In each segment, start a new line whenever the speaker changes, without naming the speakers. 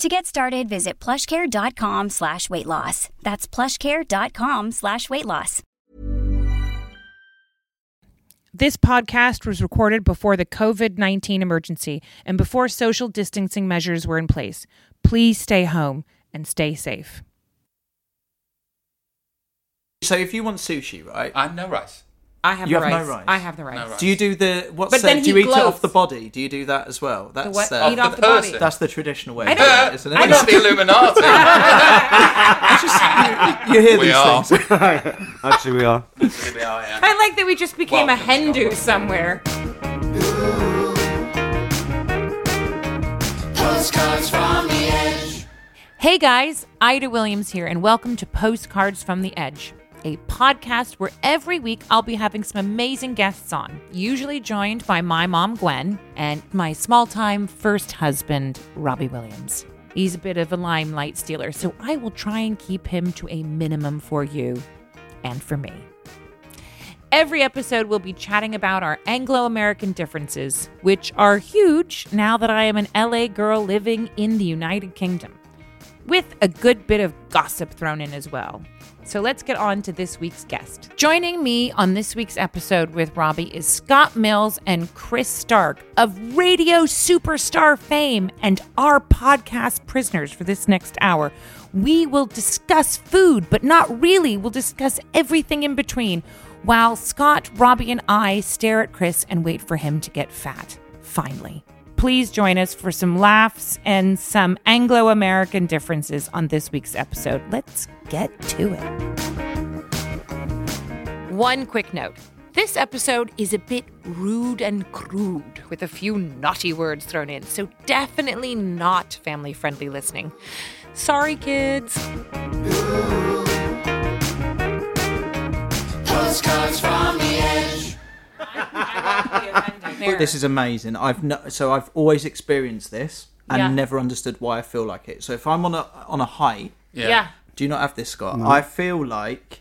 To get started, visit plushcare.com slash weight loss. That's plushcare.com slash weight loss.
This podcast was recorded before the COVID 19 emergency and before social distancing measures were in place. Please stay home and stay safe.
So if you want sushi, right?
I have no rice.
I have
You
the
have no
rice.
rice.
I have the rice.
rice.
Do you do the what's
But
that?
then he
Do you eat it
glows.
off the body? Do you do that as well? That's
what?
uh,
Eat off
the
the body.
person.
That's the traditional way,
I
of
don't-
doing it, isn't it?
I
We're not the Illuminati.
you, you hear
We
these
are.
things.
Actually, we are.
We are, yeah.
I like that we just became a
Welcome to
Hindu somewhere. Hey guys, Ida Williams here, and welcome to Postcards from the Edge, a podcast where every week I'll be having some amazing guests on, usually joined by my mom, Gwen, and my small time first husband, Robbie Williams. He's a bit of a limelight stealer, so I will try and keep him to a minimum for you and for me. Every episode, we'll be chatting about our Anglo American differences, which are huge now that I am an LA girl living in the United Kingdom, with a good bit of gossip thrown in as well. So let's get on to this week's guest. Joining me on this week's episode with Robbie is Scott Mills and Chris Stark of radio superstar fame and our podcast prisoners for this next hour. We will discuss food, but not really. We'll discuss everything in between while Scott, Robbie, and I stare at Chris and wait for him to get fat. Finally. Please join us for some laughs and some Anglo American differences on this week's episode. Let's get to it. One quick note this episode is a bit rude and crude with a few naughty words thrown in, so definitely not family friendly listening. Sorry, kids.
This is amazing. I've no, so I've always experienced this and
Yeah.
never understood why I feel like it. So if I'm on a on a high,
Yeah.
do you not have this, Scott? I feel like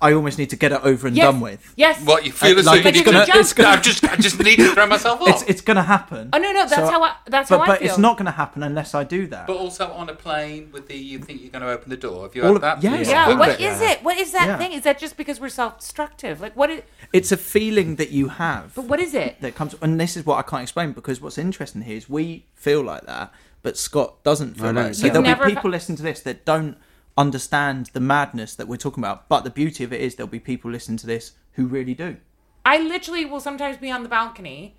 I almost need to get it over and
Yes.
done with.
Yes.
What you feel
Uh,
as
like
though you
it's
need
gonna-
to
it's gonna-
I just I just need to throw myself off.
It's it's going to happen.
Oh, no, no, that's how I- that's
but,
how I
But it's
feel.
not going to happen unless I do that.
but also on a plane with the you think you're going to open the door. Have you
All
had
of-
that?
yes.
Yeah.
Food
What
bit.
is it? What is that
Yeah.
thing? Is that just because we're self-destructive? Like what is
it's a feeling that you have.
what is it?
that comes and this is what I can't explain because what's interesting here is we feel like that, but Scott doesn't feel
I know.
like that. So
You've
there'll
never-
be people listening to this that don't understand the madness that we're talking about. But the beauty of it is there'll be people listening to this who really do.
I literally will sometimes be on the balcony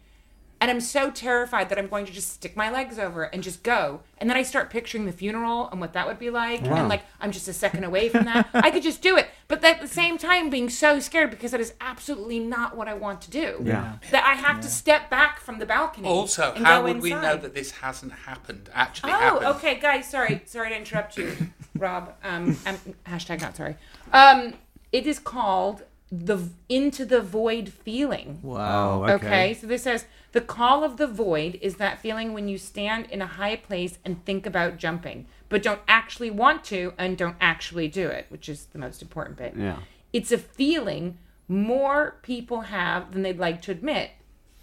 and I'm so terrified that I'm going to just stick my legs over it and just go. And then I start picturing the funeral and what that would be like. And like, I'm just a second away from that. I could just do it. But at the same time, being so scared because that is absolutely not what I want to do.
Yeah.
That I have to step back from the balcony.
Also,
and
how
go
would we know
inside.
that this hasn't happened? Actually
Oh,
happened.
okay, guys. Sorry, sorry to interrupt you, Rob. Um, um, hashtag not sorry. Um, it is called the v- into the void feeling.
Oh, okay.
Okay. so this says the call of the void is that feeling when you stand in a high place and think about jumping, but don't actually want to and don't actually do it, which is the most important bit.
Yeah.
It's a feeling more people have than they'd like to admit.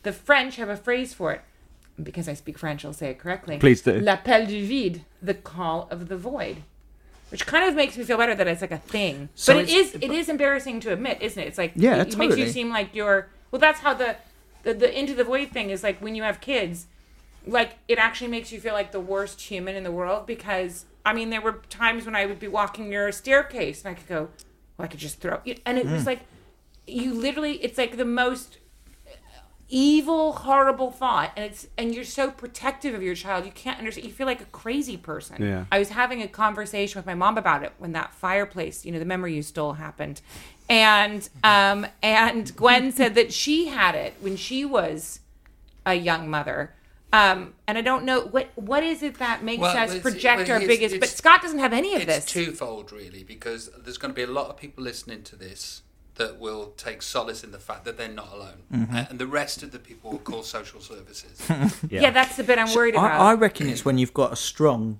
The French have a phrase for it. Because I speak French, I'll say it correctly.
Please do.
L'appel du vide, the call of the void. Which kind of makes me feel better that it's like a thing.
So
but it is
it's-
it is embarrassing to admit, isn't it? It's like
Yeah,
it, it makes you
totally.
seem like you're well that's how the, the the into the void thing is like when you have kids like it actually makes you feel like the worst human in the world because i mean there were times when i would be walking near a staircase and i could go well, I could just throw. And it was like, you literally, it's like the most evil, horrible thought, and it's and you're so protective of your child, you can't understand. You feel like a crazy person.
Yeah.
I was having a conversation with my mom about it when that fireplace, you know, the memory you stole happened, and um and Gwen said that she had it when she was a young mother. Um, and I don't know what what is it that makes
Well,
us
it's-
project
well,
our
it's-
biggest. But
it's-
Scott doesn't have any of this.
it's twofold really because there's going to be a lot of people listening to this that will take solace in the fact that they're not alone
Mm-hmm.
A- and the rest of the people will call social services
yeah. that's the bit I'm worried about.
I, I reckon it's when you've got a strong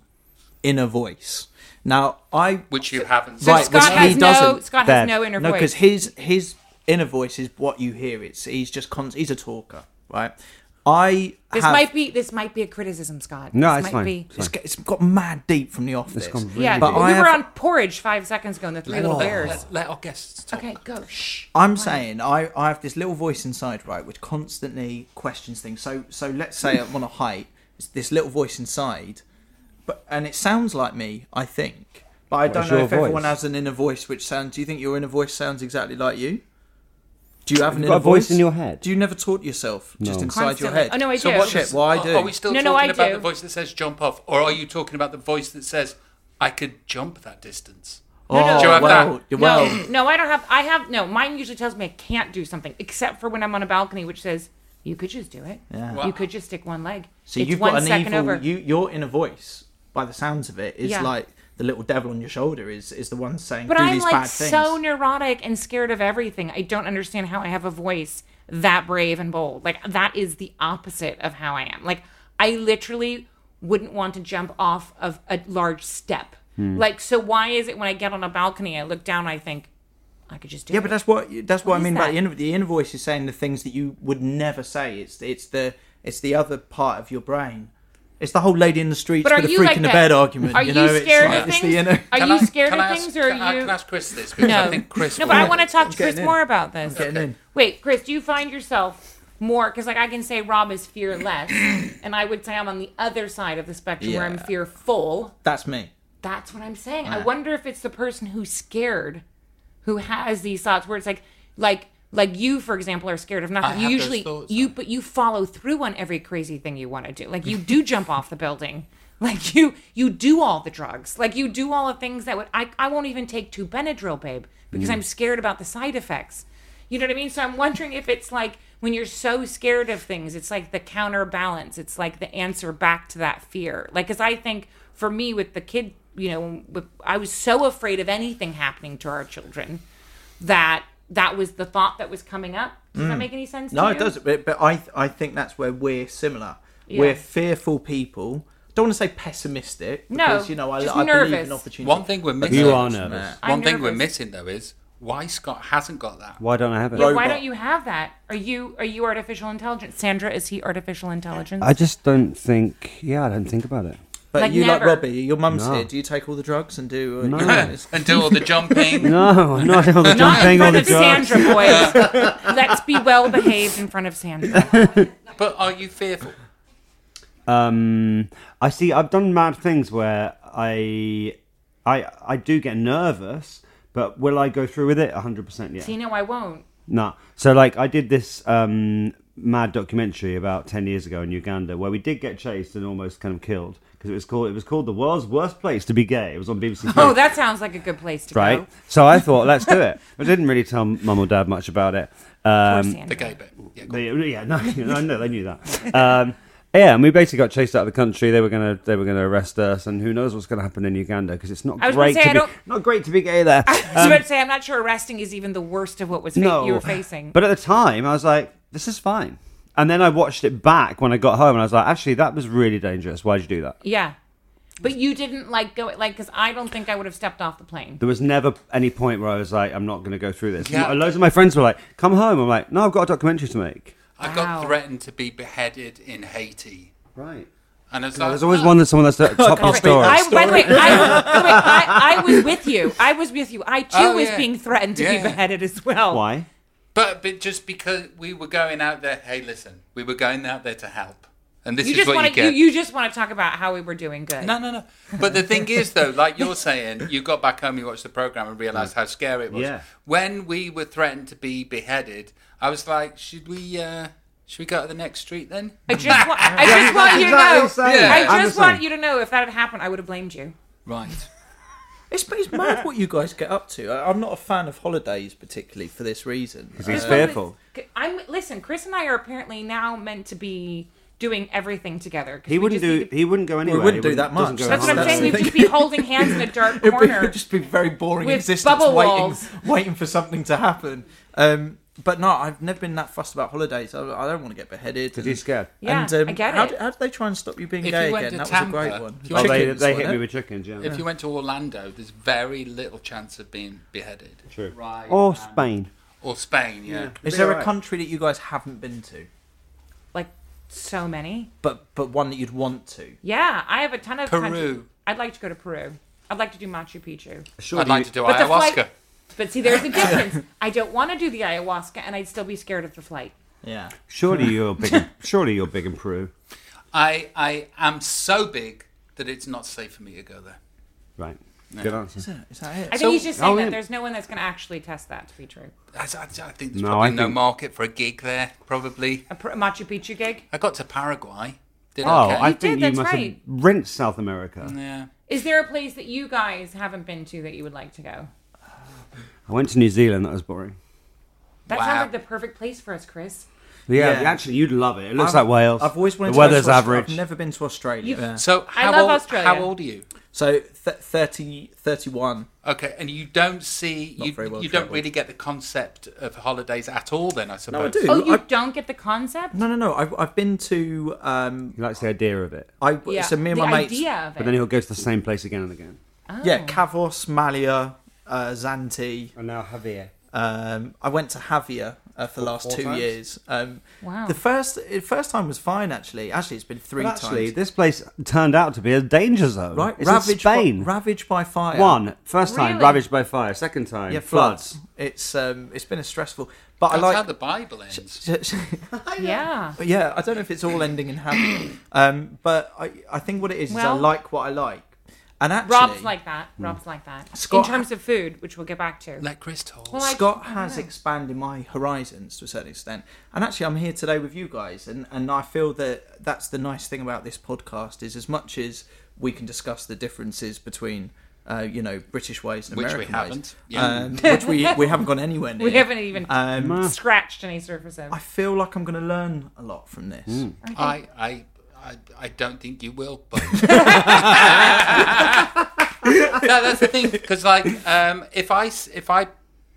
inner voice. Now, I
which you haven't
So
right,
Scott
which
has
he
no-
doesn't.
Scott has no inner
no,
voice.
because his his inner voice is what you hear. It's he's just con- he's a talker, right? I
this
have,
might be this might be a criticism, Scott.
No,
this
it's
might
fine.
be.
It's
It's, got- it's got mad deep from the office.
It's gone really
Yeah,
deep.
But
we
I
were
have-
on porridge five seconds ago in the Three Little
let,
Bears.
let, let our guests talk
Okay, go. Shh.
I'm saying I, I have this little voice inside, right, which constantly questions things. So so let's say I'm on a hike, it's this little voice inside, but and it sounds like me, I think, but I don't
is
know
your
if everyone
voice?
has an inner voice which sounds. Do you think your inner voice sounds exactly like you? Do you have an
you
inner
got a voice in your head?
Do you never talk to yourself just
No.
inside your
Constantly.
head?
Oh, no, I
so
do.
What shit, why
are,
do?
are we still
No, no,
talking
I
about
do.
the voice that says jump off or are you talking about the voice that says i could jump that distance
oh,
Do you have
well,
that?
you- well,
No, no, I don't have. I have no. Mine usually tells me I can't do something, except for when I'm on a balcony, which says you could just do it.
Yeah.
You could just stick one leg.
so
it's
you've
one
got an
second
evil.
over.
You, your inner voice, by the sounds of it, is
Yeah.
like the little devil on your shoulder. Is is the one saying
but
do
I'm
these
like
bad things?
so neurotic and scared of everything. I don't understand how I have a voice that brave and bold. Like that is the opposite of how I am. Like I literally wouldn't want to jump off of a large step.
Hmm.
Like so, why is it when I get on a balcony, I look down, I think I could just do
Yeah,
it.
but that's what that's what,
What
I
is
mean
that?
about the inner the inner voice is saying the things that you would never say. It's it's the it's the other part of your brain. It's the whole lady in the streets
But are
with a
you
freak
like
in the
that?
bed argument.
Are
you
you
know,
scared
it's,
of
like, it's
things?
the inner.
Are
Can
you
I-
scared
can
of
I ask-
things, or are
can I,
you?
can I ask chris this because i think chris
No, but I
will.
want to talk to
getting
Chris
in.
more about this.
getting in.
Wait, Chris, do you find yourself more? Because like I can say Rob is fearless, and I would say I'm on the other side of the spectrum where I'm
Yeah.
fearful.
That's me.
That's what I'm saying. I wonder if it's the person who's scared, who has these thoughts where it's like, like, like you, for example, are scared of nothing. You
I have those
usually
thoughts.
you, but you follow through on every crazy thing you want to do. Like you do jump off the building. Like you, you do all the drugs. Like you do all the things that would. I, I won't even take two Benadryl, babe, because
Mm.
I'm scared about the side effects. You know what I mean? So I'm wondering if it's like when you're so scared of things, it's like the counterbalance. It's like the answer back to that fear. Like, because I think for me with the kid, you know, with, I was so afraid of anything happening to our children that that was the thought that was coming up. Does that make any sense?
Mm. No,
to
it
you?
doesn't. But, but I I think that's where we're similar.
Yeah.
We're fearful people. Don't want to say pessimistic
No,
because you know I,
just
I believe
nervous.
in opportunity.
one thing we're missing
You are nervous.
I'm
one thing we're
nervous.
missing though is why scott hasn't got that
Why don't I have it?
Robot.
Why don't you have that? Are you are you artificial intelligence? Sandra, is he artificial intelligence?
I just don't think. Yeah, I don't think about it.
but
like
you like
never.
Robbie, your mum's
No.
here. Do you take all the drugs and do? Uh,
No.
you know, it's-
and do all the jumping
No, I'm not all the
Not in
jumping
front
on the
of
drugs.
Sandra, boys. Let's be well behaved in front of Sandra.
but are you fearful
Um, I see. I've done mad things where I, I, I do get nervous, but will I go through with it? 100. percent Yeah.
See, no, I won't.
Nah. So like I did this um mad documentary about 10 years ago in Uganda where we did get chased and almost kind of killed because it was called it was called the world's worst place to be gay. It was on BBC.
Oh,
Three,
that sounds like a good place to
right.
go.
So I thought let's do it. I didn't really tell mum or dad much about it.
Poor
Um
Sandra.
the gay bit yeah, go on.
they, yeah, no, no, no, they knew that. Um, yeah, and we basically got chased out of the country. They were gonna, they were gonna arrest us, and who knows what's gonna happen in Uganda because it's not
I was gonna
great.
say,
to
I
be,
don't-
Not great to be gay there.
I was about to say, I'm not sure arresting is even the worst of what was fa-
Um, no,
you were facing.
But at the time, I was like, this is fine. And then I watched it back when I got home, and I was like, actually, that was really dangerous. Why'd you do that?
yeah, but you didn't like go like because I don't think I would have stepped off the plane.
There was never any point where I was like, I'm not going to go through this.
Yeah.
Loads of my friends were like, come home. I'm like, no, I've got a documentary to make.
I
Wow.
got threatened to be beheaded in Haiti.
Right.
And it's
There's always one that's someone that's the top your
can't beat
story.
that.
I, by the way, I, by the way, I, I was with you. I was with you. I too
Oh,
was
yeah.
being threatened to be
Yeah.
beheaded as well.
Why?
But, but just because we were going out there, hey, listen, we were going out there to help. And this
You
is
just
what
want
you
to you,
get.
you just want to talk about how we were doing good.
No, no, no. But the thing is, though, like you're saying, you got back home, you watched the program, and realised how scary it was.
Yeah.
When we were threatened to be beheaded, I was like, should we, uh, should we go to the next street then?
I just want, I just
that's
want you to
exactly
know.
the same.
Yeah.
I
I'm
just
the same.
want you to know if that had happened, I would have blamed you.
Right.
It's, it's mad what you guys get up to. I, I'm not a fan of holidays particularly for this reason. Uh,
Because he's
Just wanted-
fearful.
I'm listen. Chris and I are apparently now meant to be doing everything together. 'cause
He
we
wouldn't
just need
do.
to-
He wouldn't go anywhere.
wouldn't
He
do that
doesn't
much.
go
That's what I'm
holidays.
saying. We'd
That's the
just be holding hands in a dark
It'd be,
corner.
it'd just be very boring
With
existence,
bubble
waiting,
walls.
waiting for something to happen. Um, but no, I've never been that fussed about holidays. I, I don't want to get beheaded.
Because he's scared.
Yeah,
and, um,
I get
how
it.
Did, how did they try and stop you being
If
gay
you went
again?
to
That
Tampa,
was a great one.
if you
Oh,
went-
they
Chickens,
they
wasn't
hit me
it?
with chickens. Yeah.
If you went to Orlando, there's very little chance of being beheaded.
True.
Right.
Or Spain.
Or Spain, yeah.
Is
Be
there a
alright.
country that you guys haven't been to,
like so many.
but but one that you'd want to?
Yeah, I have a ton of
Peru.
country- I'd like to go to Peru. I'd like to do Machu Picchu.
I'd like to do
But the
ayahuasca.
flight- But see, there's a difference. I don't want to do the ayahuasca, and I'd still be scared of the flight.
Yeah.
Surely you're big. in- surely you're big in Peru,
I, I am so big that it's not safe for me to go there.
right? Good
Is
answer.
that, is that it?
I think
So-
he's just saying
oh,
that
yeah.
there's no one that's going to actually test that to be true.
I, I, I think there's
No,
probably
I
no
think-
market for a gig there, probably.
A Pr- Machu Picchu gig.
I got to Paraguay. Did
Oh,
okay.
I
You
think
did,
you
that's
must have
right.
rinsed South America.
Yeah.
Is there a place that you guys haven't been to that you would like to go?
I went to New Zealand. That was boring.
That
Wow.
sounds like the perfect place for us, Chris.
Yeah,
Yeah.
actually, you'd love it. It looks
I've-
like Wales.
I've always wanted
the
to go to
weather's
Aus-
average.
I've never been to Australia. Yeah.
So how
love
old,
Australia.
How old are you?
So th- 30, 31.
Okay, and you don't see
Not
you,
very well
you don't
travelled.
really get the concept of holidays at all. Then I suppose.
No, I do.
Oh, you
I-
don't get the concept?
no, no, no. I've, I've been to. Um,
He likes the idea of it,
I,
Yeah,
So me and
the
my mates.
idea Oh. of it.
but then he'll go to the same place again and again.
Yeah, Cavos, Malia, uh, Zanti.
And now Javier.
Um, I went to Javier uh, for the last
four
two
times?
years. Um,
Wow.
The first the first time was fine actually. Actually, it's been three
Actually,
times.
this place turned out to be a danger zone.
Right,
it's in
ravaged by-
Spain.
ravaged by fire.
One, first time,
Really?
ravaged by fire. Second time,
yeah, floods.
floods.
It's um, it's been a stressful. But
That's
I
how
like.
the Bible ends.
Yeah.
But Oh, yeah, I don't know if it's all ending in happy. um, but I I think what it is is I
Well-
like what I like, and actually hmm.
Rob's like that. Rob's like that.
Scott-
In terms of food, which we'll get back to.
Let Chris talk.
Well, I-
Scott has expanded my horizons to a certain extent, and actually, I'm here today with you guys, and and I feel that that's the nice thing about this podcast is as much as we can discuss the differences between. Uh, you know British ways and
Which we
American
haven't.
ways,
Yeah.
um, which we we haven't gone anywhere near.
we haven't even
Um,
scratched any surface of
I
it.
feel like I'm going to learn a lot from this.
Hmm. I, I, I, I don't think you will, but no, that's the thing. Because like, um, if I s- if I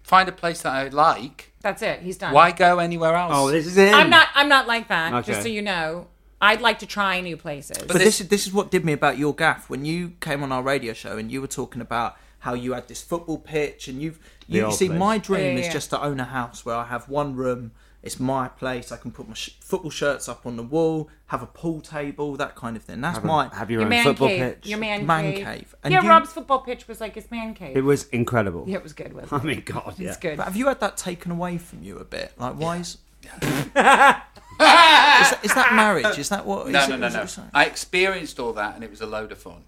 find a place that I like,
That's it. He's done.
why go anywhere else?
Oh, this is it.
I'm not. I'm not like that. Just
Okay.
so you know, I'd like to try new places.
But this, is this is what did me about your gaff when you came on our radio show and you were talking about how you had this football pitch and you've you, you
old
see
place.
my dream
Yeah,
is
yeah.
just to own a house where I have one room it's my place I can put my sh- football shirts up on the wall have a pool table that kind of thing that's my
Have your,
your
own
man
football
cave.
pitch.
Your man,
Man
cave.
cave. And
Yeah,
you-
Rob's football pitch was like his man cave.
it was incredible.
yeah, it was good. Wasn't
I
it?
mean, God, yeah.
It's good.
but have you had that taken away from you a bit like why is is, that, is that marriage is that what
No,
is
no,
it-
no,
is it-
no.
is it-
I experienced all that, and it was a load of fun.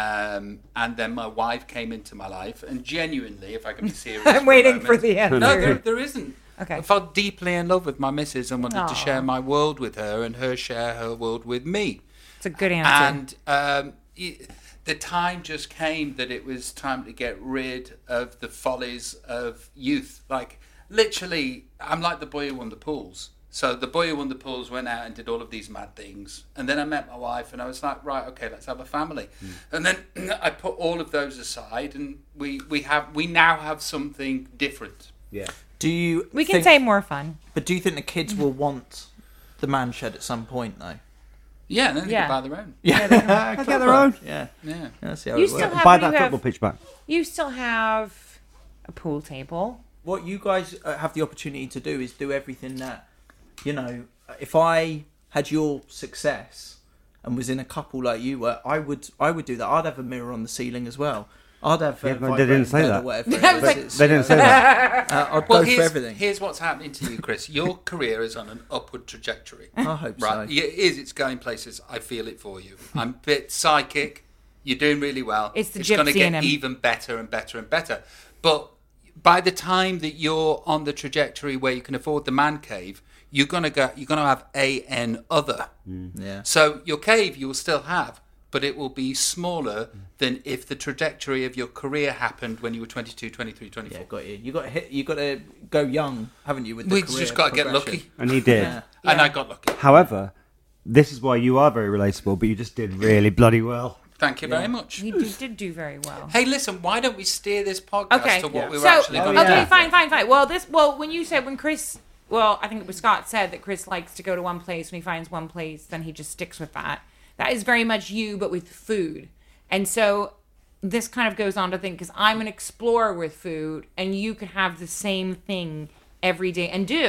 Um, and then my wife came into my life, and genuinely, if I can be serious,
I'm
a
waiting for
moment-
the answer.
No, there, there isn't.
Okay.
I felt deeply in love with my missus and wanted to
Aw.
share my world with her, and her share her world with me.
It's a good answer.
And um, y- the time just came that it was time to get rid of the follies of youth. Like, literally, I'm like the boy who won the pools. So the boy who won the pools went out and did all of these mad things. And then I met my wife and I was like, right, okay, let's have a family. And then I put all of those aside and we, we have we now have something different.
Yeah.
do you
we can
think,
say more fun.
but do you think the kids will want the man shed at some point though
Yeah, and then they
Yeah.
can buy their own.
yeah
get their own.
yeah
Yeah.
Let's see how
You
it
still
works.
have-
Buy
you
that
have-
football pitch back.
You still have a pool table.
what you guys uh, have the opportunity to do is do everything that you know if i had your success and was in a couple like you were i would i would do that i'd have a mirror on the ceiling as well I'd have.
Yeah,
Uh,
but they didn't say that.
I was like-
They didn't say that.
Uh, I'd
Well,
go for
here's,
everything.
here's what's happening to you, Chris. Your career is on an upward trajectory.
I hope
Right.
so.
Yeah, It is. It's going places. I feel it for you. I'm a bit psychic. You're doing really well.
It's the
It's going
gypsy
to
in him.
get even better and better and better. But by the time that you're on the trajectory where you can afford the man cave, you're going to go. You're going to have a n other.
Yeah.
So your cave you will still have, but it will be smaller
Mm.
than if the trajectory of your career happened when you were 22, 23, 24.
Yeah, got you. You got to hit. You got to go young, haven't you? With the
we just
career
got to get
progression?
lucky,
And he did.
and I got lucky.
However, this is why you are very relatable, but you just did really bloody well.
Thank you very much.
You did, did do very well.
Hey, listen, why don't we steer this podcast
Okay.
to what we were
so, oh,
actually going to
okay,
yeah.
do?
fine, fine, fine. Well, this, well, when you said when Chris, well, I think it was Scott said that Chris likes to go to one place. When he finds one place, then he just sticks with that. That is very much you, but with food. And so this kind of goes on to think because I'm an explorer with food, and you could have the same thing every day and do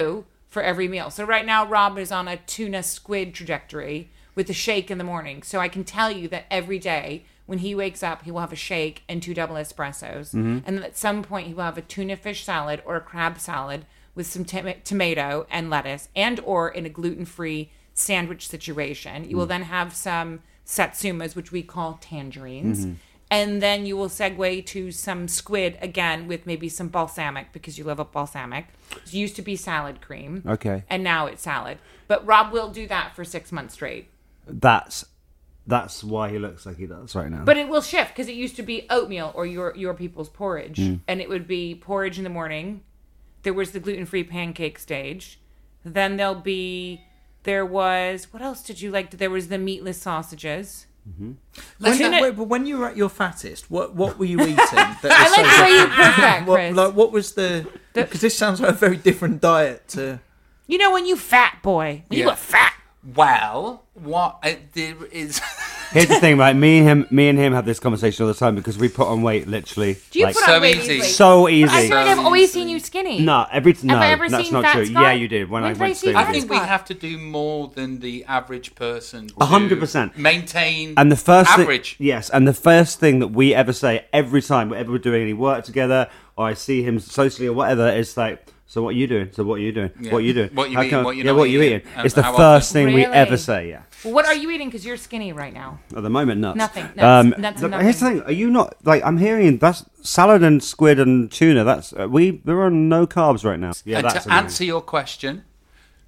for every meal. So right now, Rob is on a tuna squid trajectory with a shake in the morning. So I can tell you that every day when he wakes up, he will have a shake and two double espressos, and then at some point he will have a tuna fish salad or a crab salad with some tom- tomato and lettuce, and or in a gluten-free sandwich situation. You will then have some satsumas, which we call tangerines. And then you will segue to some squid again with maybe some balsamic because you love a balsamic. It used to be salad cream.
Okay.
And now it's salad. But Rob will do that for six months straight.
That's that's why he looks like he does right now.
But it will shift because it used to be oatmeal or your your people's porridge,
Hmm.
and it would be porridge in the morning. There was the gluten free pancake stage. Then there'll be there was what else did you like? There was the meatless sausages.
When,
Tuna-
wait, but when you were at your fattest, what what were you eating? that was
I like
so
the way you put that,
What,
Chris.
like, what was the?
The-
Because this sounds like a very different diet to.
you know when you fat boy, when you
Yeah.
were fat.
Well, what uh, there is.
Here's the thing, right? Me and him, me and him have this conversation all the time because we put on weight literally.
Do you
like,
put
So
on weight
easy.
easily?
so
But I
easy?
feel like I've always seen you skinny.
No, every no,
I ever
that's
seen
not
fat,
true.
Scott?
Yeah, you did when
When
I
did I
went
see
to
I
fat?
Steve.
think we
Scott.
have to do more than the average person. to
100%.
Maintain
And the first thi-
average.
yes, and the first thing that we ever say every time, whenever we're doing any work together, or I see him socially or whatever, is like, "So what are you doing? So what are you doing? What are you doing?
What you
How
eating? What you
yeah,
not
what you
eating?
eating?"
And
It's the
how
first thing we
Really?
ever say. Yeah,
Well, what are you eating? Because you're skinny right now.
at the moment, nuts. Um,
Nothing, nuts, nuts and
look, Here's the thing: Are you not like I'm hearing that's salad and squid and tuna? That's uh, we we're on no carbs right now. Yeah,
and
that's
to answer your question,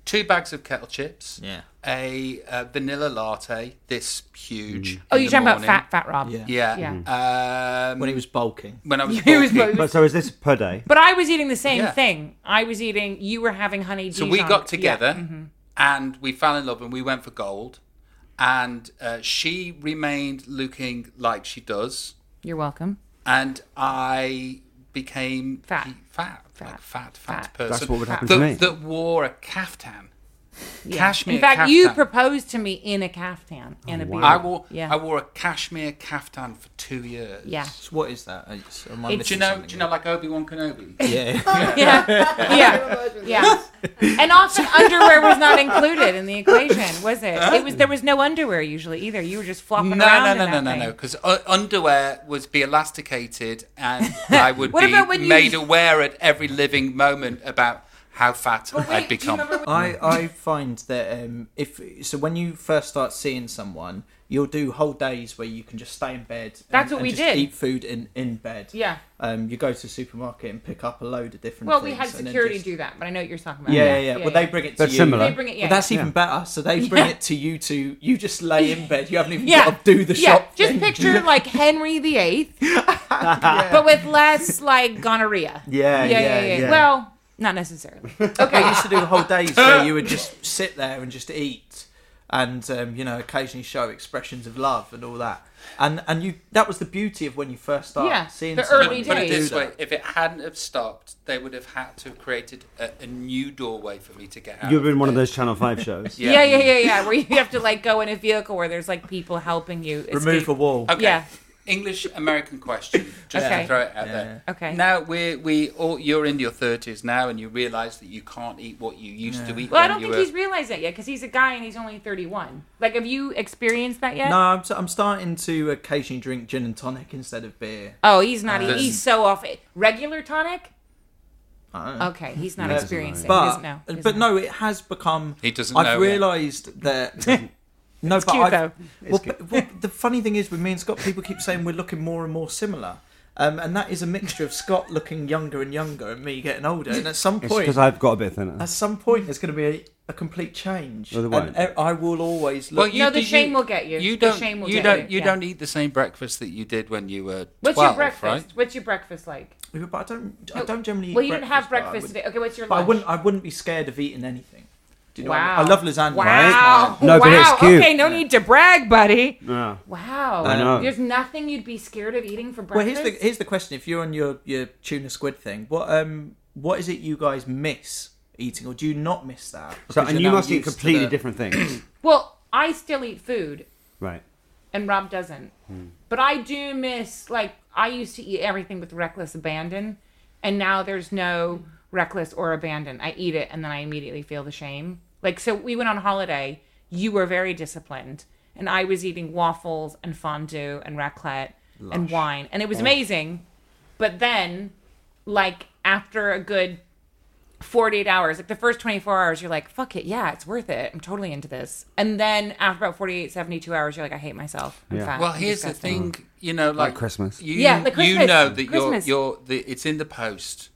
two bags of kettle chips.
Yeah.
A, uh vanilla latte, this
Mm.
huge.
Oh,
in
you're
the
talking about
morning.
fat, fat Rob.
Yeah.
Yeah.
Mm-hmm.
Um,
When he was bulking.
when I was,
He was
bulking.
But so is this per day?
But I was eating the same
Yeah.
thing. I was eating. You were having honey.
So we got together
Mm-hmm.
and we fell in love and we went for gold. And uh, she remained looking like she does.
You're welcome.
And I became
Fat.
he- fat, fat, like fat, fat,
Fat.
person.
That's what would happen
that,
to me.
That wore a caftan.
Yeah.
Cashmere
In fact, you
caftan.
proposed to me in a caftan
Oh,
in a beard.
I wore,
Yeah.
I wore a cashmere caftan for two years.
yeah.
So what is that? It's, am I
It's-
missing
Do you know?
something?
Do you know like Obi Wan Kenobi?
Yeah.
Yeah. Yeah. Yeah. And often underwear was not included in the equation, was it? It was there was no underwear usually either. You were just flopping
No,
around.
no,
in
no,
that
no, no,
thing.
no. Because uh, underwear was be elasticated, and I would
What
be
about when you-
made aware at every living moment about how fat
But
I'd
wait, do you
become.
remember when-
I I
Mm.
find that um, if so, when you first start seeing someone, you'll do whole days where you can just stay in bed. And,
That's what
and
we
just
did.
Eat food in in bed.
Yeah.
Um, you go to the supermarket and pick up a load of different.
Well, we
things
had
and then
security
just-
do that, but I know what you're talking about.
Yeah, yeah, yeah. Well, they bring it to
But
you.
similar.
They bring it. Yeah.
Well, that's even
Yeah.
better. So they bring it to you to you just lay in bed. You haven't even
yeah.
got to do the
yeah.
shop.
Just
thing.
picture like Henry VIII, but with less like gonorrhea.
Yeah,
Yeah, yeah,
yeah,
yeah.
yeah.
Well, not necessarily.
I used to do whole days where you would just sit there and just eat, and um, you know, occasionally show expressions of love and all that. And and you that was the beauty of when you first started
Yeah,
seeing
the
someone
early
Put it
days.
this way: if it hadn't have stopped, they would have had to have created a, a new doorway for me to get out.
You've been one of
bed.
those Channel Five shows.
Yeah, yeah, yeah, yeah. Where you have to like go in a vehicle where there's like people helping you.
Remove
escape.
a wall.
Okay.
Yeah.
English American question. Just
Okay.
to throw it out there.
Okay.
Now we we all you're in your thirties now, and you realise that you can't eat what you used to eat.
Well, I
when
don't
you
think
were,
he's realized that yet because he's a guy and he's only 31. Like, have you experienced that yet?
No, I'm, I'm starting to occasionally drink gin and tonic instead of beer.
Oh, he's not.
Uh,
he's so off. it. Regular tonic?
I don't know.
Okay, he's not
Yeah.
experiencing.
but uh,
He's- no, he's
but
not.
no, it has become.
He doesn't
I've
know yet.
realised that. No, but
cute,
I've-
though.
Well, but- well, the funny thing is, with me and Scott, people keep saying we're looking more and more similar, um, and that is a mixture of Scott looking younger and younger and me getting older. And at some
It's
point,
because I've got a bit thinner.
at some point, there's going to be a, a complete change,
No, there
and
won't.
e- I will always
Well,
look.
you,
No, the
you-
shame will get you.
You
The
don't.
shame will
you
get
don't.
you,
You
yeah.
don't eat the same breakfast that you did when you were
What's your
twelve,
breakfast?
right?
What's your breakfast like?
Yeah, but I don't. I don't generally.
Well,
eat
you didn't have
but I
breakfast
would-
today. Okay, what's your
But I
lunch?
wouldn't. I wouldn't be scared of eating anything. Do you know
Wow.
what I, mean? I love lasagna.
Wow.
No, but
wow.
it's cute.
Okay, no need to brag, buddy.
No.
Wow.
I know.
There's nothing you'd be scared of eating for
Well,
breakfast.
here's the here's the question: If you're on your your tuna squid thing, what um what is it you guys miss eating, or do you not miss that?
So,
Because you're
and you
now
must eat
used to
completely
the-
different things.
well, I still eat food,
right.
and Rob doesn't.
Hmm.
But I do miss like I used to eat everything with reckless abandon, and now there's no reckless or abandon. I eat it and then I immediately feel the shame. Like so, we went on holiday. You were very disciplined, and I was eating waffles and fondue and raclette and wine, and it
Oh.
was amazing. But then, like after a good 48 hours like the first 24 hours you're like fuck it yeah it's worth it i'm totally into this and then after about 48 72 hours you're like i hate myself i'm
Yeah.
fat
Well,
I'm
here's the
disgusting."
thing, you know, like,
Christmas.
You,
Yeah, like
You
Christmas.
know that you're
Christmas.
you're the, it's in the post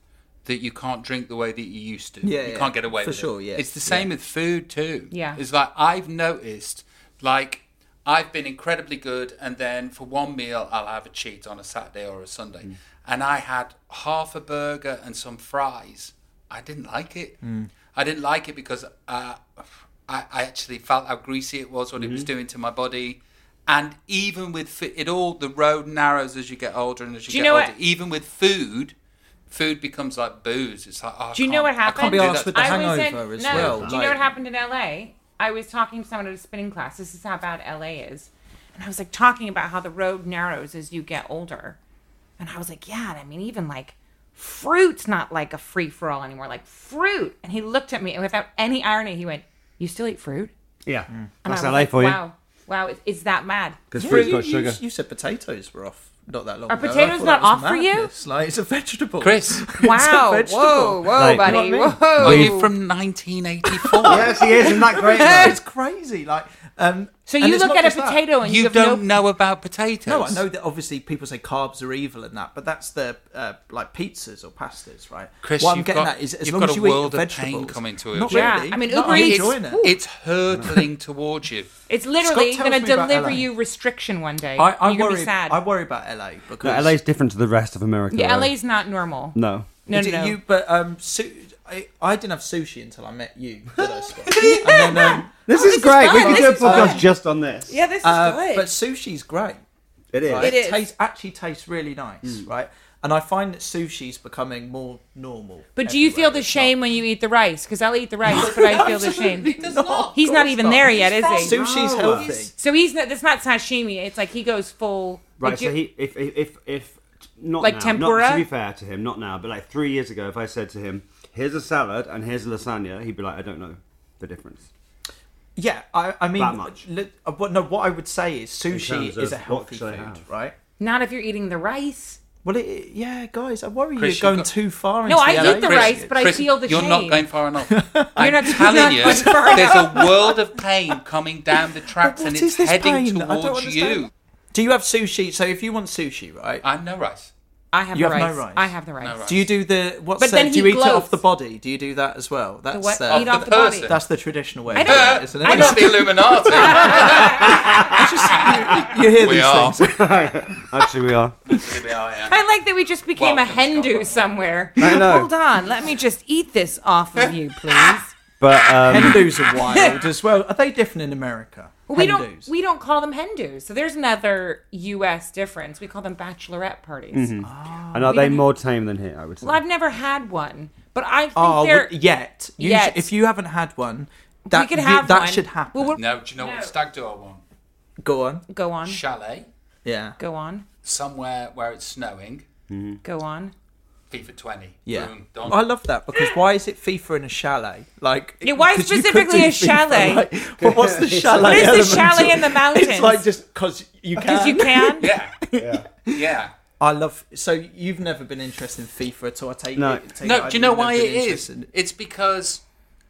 that you can't drink the way that you used to.
Yeah,
you
yeah,
can't get away
for
with
sure,
It.
yeah,
it's the same with food too.
Yeah.
it's like I've noticed, like. I've been incredibly good, and then for one meal, I'll have a cheat on a Saturday or a Sunday. And I had half a burger and some fries. I didn't like it. I didn't like it because uh, I, I actually felt how greasy it was, what it was doing to my body. And even with fi- it all, the road narrows as you get older and as you,
Do you
get
know
older.
what-
Even with food, food becomes like booze. It's like, oh, I
Do you know
can't-
what
I can't
happened?
do
Can't be arsed
that.
with the
I was
hangover
in,
as
no,
well,
Do you know what
like-
happened in LA? I was talking to someone at a spinning class. This is how bad LA is. And I was like talking about how the road narrows as you get older. And I was like, yeah, and I mean, even like fruit's not like a free for all anymore. Like fruit. And he looked at me and without any irony, he went, You still eat fruit?
Yeah.
And
That's
I
LA
was like,
for you.
Wow. Wow, is, is that mad?
Because
Yeah,
fruit's
you,
got
you-
sugar.
you said potatoes were off not that long
Are
ago. I
potatoes
thought
not
that was
off for you?
madness. Like it's a vegetable,
Chris,
It's a
Wow.
vegetable.
Whoa, whoa,
Like-
buddy.
You know what
Whoa.
are you from 1984?
yes, he is. Isn't that great? though?
It's crazy. Like, um,
so
and
you
it's
look
not
at a
just that.
potato and you,
You
have
don't
no
know about potatoes.
No, I know that obviously people say carbs are evil and that, but that's the uh, like pizzas or pastas, right?
Chris,
what I'm
you've
getting
got-
at is as
you've
long
got
as
a
you eat
world
the
of pain
vegetables,
coming to it.
Not
Yeah,
really.
I mean,
No,
Uber
I'm
Eats-
enjoying it.
It's hurtling towards you.
It's literally
Scott tells
going to
me about
deliver
LA.
you restriction one day.
I, I
You're going to
worry.
be sad.
I worry about LA because
No, LA's different to the rest of America.
yeah,
though.
LA's not normal.
No.
no,
Did
no.
You, but um, su- I, I didn't have sushi until I met you. Did I, Scott? and then, um,
This is great. We
fun.
could do a
This is
podcast
fun.
just on this.
Yeah, this is
uh,
good.
but sushi's great.
it Mm. is.
Right?
It is.
Tastes, actually tastes really nice, right? And I find that sushi's becoming more normal.
but do you feel
everywhere.
the
It's
shame when you eat the rice? Because I'll eat the rice, but I feel the shame. He's not
course
even
not.
there yet, is he?
fat.
Sushi's
No.
healthy.
So he's not. That's not sashimi. It's like he goes full.
Right.
like
so
you-
he, if if if, if not
Like
now,
tempura?
Not, to be fair to him, not now, but like three years ago, if I said to him, "Here's a salad and here's a lasagna," he'd be like, "I don't know the difference."
Yeah, I, I mean,
That much.
li- uh, what, no, what I would say is sushi
terms
is
of
a
what
healthy
should I
food,
have?
right?
not if you're eating the rice.
Well, it, yeah, guys, I worry
Chris,
you're going
you've got-
too far. Into
No, I
LA
eat the
Chris,
rice, but I
Chris,
feel the
you're
shame.
not going far enough. I'm
not-
telling
you're
you,
not going far
there's a world of pain coming down the tracks,
But
and
what
it's
is this
heading
pain? I don't
towards
understand.
you.
Do you have sushi? So if you want sushi, right?
I'm no rice.
I have
You
the
have no
rice.
rice.
I have the rice.
rice.
Do you do the what's
But
the,
then
do you
he
eat it
gloats.
off the body? Do you do that as well? That's
The what?
uh,
Eat off the
the
body.
person.
that's the traditional way,
I
of
don't-
doing it,
Uh,
isn't
we're not
it?
the Illuminati.
you hear
we
these
are.
things.
Actually, we are.
We are, yeah.
I like that we just became a
Welcome, Scott.
Hindu somewhere.
I know.
Hold on, let me just eat this off of you, please.
But um,
Hindus are wild as well. Are they different in America?
Well, we
Hindus.
don't we don't call them Hindus. So there's another U.S. difference. We call them bachelorette parties.
Mm-hmm.
and are they more tame than here? I would say.
Well, I've never had one, but I think
oh,
they're.
well, yet. You
Yet.
should- if you haven't had one, that
we could
you-
have
that
one.
should happen.
Well, we're,
No, do you know
No.
what stag do I want?
Go on.
go on.
Chalet.
Yeah.
Go on.
somewhere where it's snowing.
Go on.
FIFA 20.
Yeah,
Boom, done.
I love that because why is it FIFA in a chalet? Like,
Yeah, why
'cause you could
specifically
do
a chalet?
like, but what's the chalet?
What is the
element
chalet
to-
in the mountains?
It's like just because you can.
Because you can.
Yeah. yeah. Yeah.
I love. So you've never been interested in FIFA at all? I take
No.
it- take
No,
I've
do you know
never
why
been
it is?
interested in-
It's because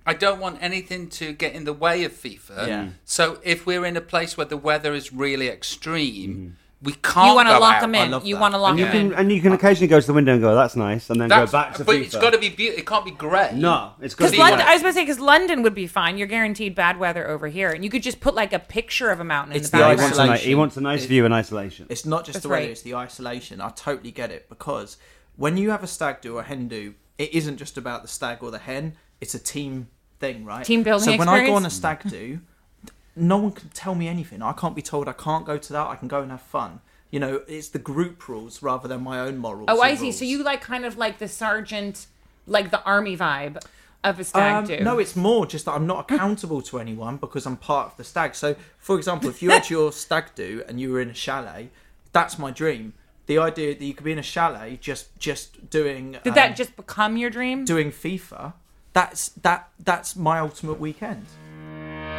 I don't want anything to get in the way of FIFA.
Yeah.
So if we're in a place where the weather is really extreme, we can't.
You want to
go
lock
out.
them
Oh, I
in.
love
You
that.
want to lock
You
them
can,
in.
and you can occasionally go to the window and go, "That's nice," and then
That's-
go back to
but
FIFA.
it's got to be beautiful. It can't be grey.
no, it's got
Because
to be.
Lon-
London,
Like,
I was about to say, because London would be fine. You're guaranteed bad weather over here, and you could just put like a picture of a mountain in
It's
the
the
yeah, he
background.
wants a nice,
isolation.
he wants a nice view in isolation.
It's not just
That's
the weather;
right.
it's the isolation. I totally get it because when you have a stag do or hen do, it isn't just about the stag or the hen. It's a team thing, right?
Team building
So when I
experience.
go on a stag do, no one can tell me anything. I can't be told I can't go to that. I can go and have fun. You know, it's the group rules rather than my own morals.
Oh,
and
I see. So
rules.
you like kind of like the sergeant, like the army vibe of a stag
Um,
do.
No, it's more just that I'm not accountable to anyone because I'm part of the stag. So, for example, if you had your stag do and you were in a chalet, that's my dream. The idea that you could be in a chalet just just doing
Did
um,
that just become your dream?
doing FIFA. That's that that's my ultimate weekend.